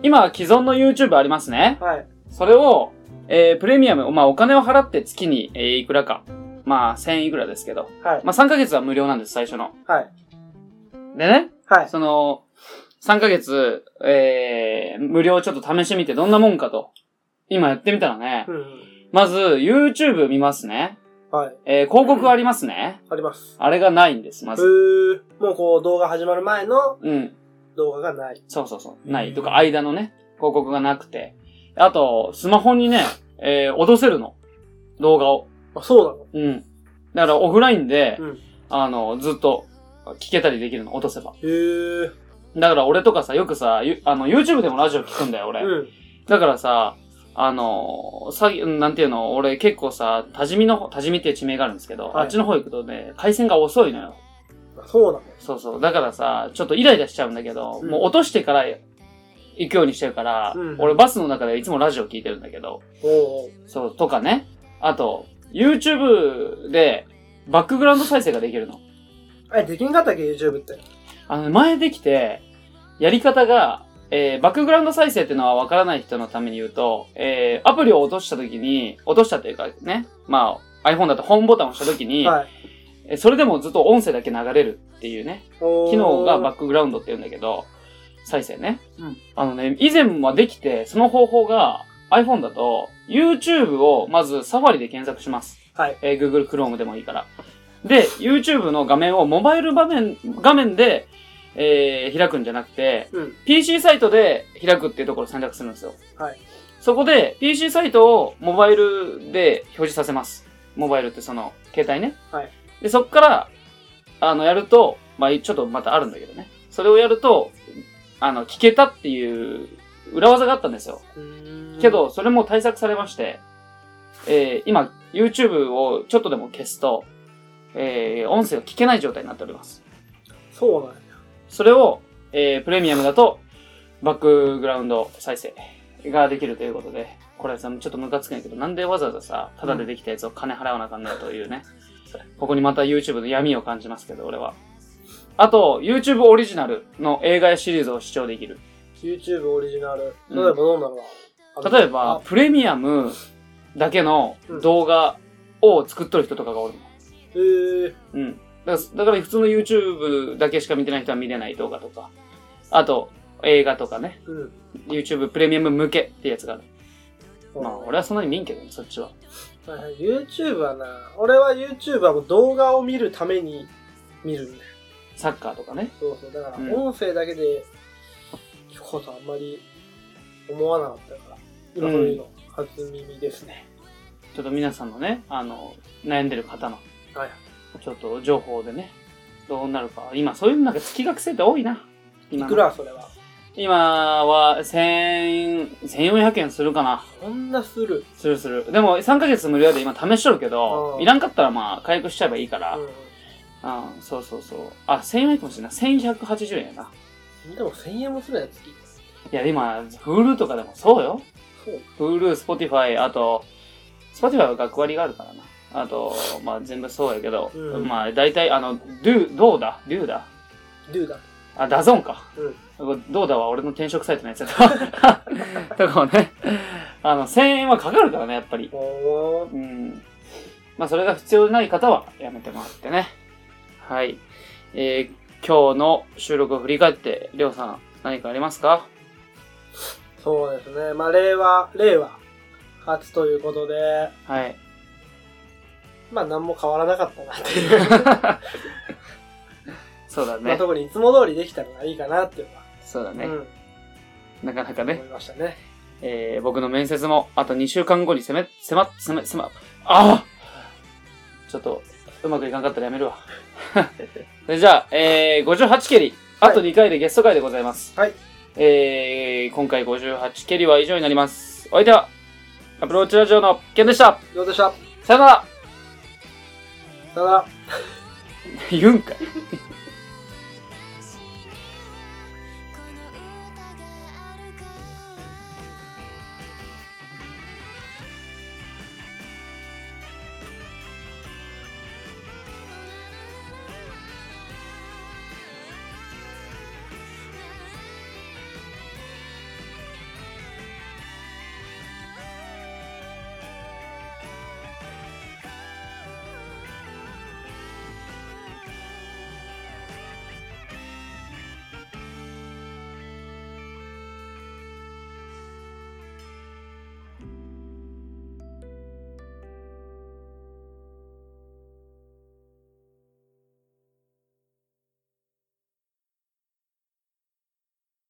S1: 今、既存の YouTube ありますね。
S2: はい。
S1: それを、えー、プレミアム、まあ、お金を払って月に、えー、いくらか。まあ、1000いくらですけど。
S2: はい。
S1: まあ、3ヶ月は無料なんです、最初の。
S2: はい。
S1: でね、
S2: はい。
S1: その、3ヶ月、えー、無料ちょっと試してみてどんなもんかと。今やってみたらね
S2: う、んうん。
S1: まず YouTube 見ますね。
S2: はい。
S1: えー、広告ありますね。
S2: あります。
S1: あれがないんです、ま
S2: う
S1: ず。
S2: ー、もうこう動画始まる前の
S1: うん。
S2: 動画がない。
S1: そうそうそう。ない。とか、間のね、広告がなくて。あと、スマホにね、えー、脅せるの。動画を。
S2: あ、そう
S1: うん。だから、オフラインで
S2: な、のうん。
S1: あの、ずっと、聞けたりできるの、落とせば。
S2: へー。
S1: だから俺とかさ、よくさ、ゆあの、YouTube でもラジオ聞くんだよ、俺。
S2: うん。
S1: だからさ、あの、さ、なんていうの、俺結構さ、多治見の方、多治見っていう地名があるんですけど、
S2: はい
S1: あっちの方行くとね、回線が遅いのよ。
S2: あそうなの
S1: そうそう。だからさ、ちょっとイライラしちゃうんだけど、
S2: うん
S1: もう落としてから行くようにしてるから、
S2: うん
S1: 俺バスの中でいつもラジオ聞いてるんだけど、
S2: おう
S1: そう、とかね。あと、YouTube でバックグラウンド再生ができるの。
S2: おう。え、できんかったっけ ?YouTube って。
S1: あのね、前できて、やり方が、えーバックグラウンド再生っていうのはわからない人のために言うと、えーアプリを落とした時に、落としたというかね、まあ、iPhone だとホームボタンを押した時に、
S2: はい。
S1: えーそれでもずっと音声だけ流れるっていうね、
S2: おー
S1: 機能がバックグラウンドって言うんだけど、再生ね。
S4: うん
S1: あのね、以前はできて、その方法が iPhone だと、YouTube をまずサファリで検索します。
S2: はい。
S1: えー Google Chrome でもいいから。で、YouTube の画面をモバイル場面、画面で、えー開くんじゃなくて、
S2: うん。
S1: PC サイトで開くっていうところを選択するんですよ。
S2: はい。
S1: そこで、PC サイトをモバイルで表示させます。モバイルってその、携帯ね。
S2: はい。
S1: で、そっから、あの、やると、まあ、ちょっとまたあるんだけどね。それをやると、あの、聞けたっていう裏技があったんですよ。け、ど、それも対策されまして、えー今、YouTube をちょっとでも消すと、えー音声が聞けない状態になっております。
S2: そうなんや。
S1: それを、えープレミアムだと、バックグラウンド再生ができるということで、これさ、ちょっとムカつくんやけど、なんでわざわざさ、タダでできたやつを金払わなあかんねんというね。ここにまた YouTube の闇を感じますけど、俺は。あと、YouTube オリジナルの映画やシリーズを視聴できる。
S2: YouTube オリジナル。
S1: う
S2: 例
S1: ん
S2: えばどんなのがある
S1: 例えば、、プレミアムだけの動画を作っとる人とかがおるの。
S2: えー、
S1: うん。だから、だから普通の YouTube だけしか見てない人は見れない動画とか、あと、映画とかね、
S2: うん。
S1: YouTube プレミアム向けってやつがある。まあ、
S2: ま
S1: 俺はそんなに見んけどね、そっちは。
S2: あ、はいはい、YouTube はな、俺は YouTube はもう動画を見るために見るんだよ。
S1: サッカーとかね。
S2: そうそう。だか
S1: うん
S2: ら、音声だけで聞くことあんまり思わなかったから、今そういうの、初耳ですね。
S1: ちょっと皆さんのね、あの、悩んでる方の、
S2: はい。
S1: ちょっと情報でね、どうなるか。今、そういうなんか月額制って多いな。
S2: い
S1: 今の
S2: くらそれは。
S1: 今は、1000、1400円するかな。
S2: こんなする。
S1: するする。でも、3ヶ月無料で今試しとるけど
S2: う、ん
S1: いらんかったらまあ、回復しちゃえばいいから。
S2: う
S1: あそうそうそう。あ、1000円かもしれない。1180円やな。
S2: ん。でも1000円もするやつ月。
S1: いや、今、Hulu とかでもそうよ。
S2: そう。
S1: Hulu、Spotify、あと、Spotify は学割があるからな。あと、まあ全部そうやけど、
S2: うん
S1: まあ大体、あの、Do、どうだ ?Do だ
S2: ドゥだ。
S1: あ、ダゾンか。
S2: うん。
S1: どうだは俺の転職サイトのやつや
S2: [laughs]
S1: った。とかもね、あの、1000円はかかるからね、やっぱり。
S2: おー
S1: うん。まあ、それが必要ない方はやめてもらってね。はい。えー今日の収録を振り返って、りょうさん、何かありますか
S2: そうですね。まあ、令和、令和初ということで、 [laughs]
S1: はい。
S2: まあ、何も変わらなかったなっていう。
S1: そうだ
S2: まあ、
S1: ね。
S2: 特にいつも通りできたのがいいかなっていうのは、
S1: そうだね。
S2: うん、
S1: なかなかね
S2: 思、いましたね。
S1: えー僕の面接も、あと2週間後に迫め、迫っ、迫め、迫っ、ああちょっと、うまくいかんかったらやめるわ。 [laughs] それじゃあ、えー、58蹴り、あと2回でゲスト回でございます。
S2: はい。
S1: えー、今回58蹴りは以上になります。お相手は、アプローチラジオのケンでした。[laughs]
S2: どうでした
S1: さよなら
S2: さよなら。
S1: 言うんかい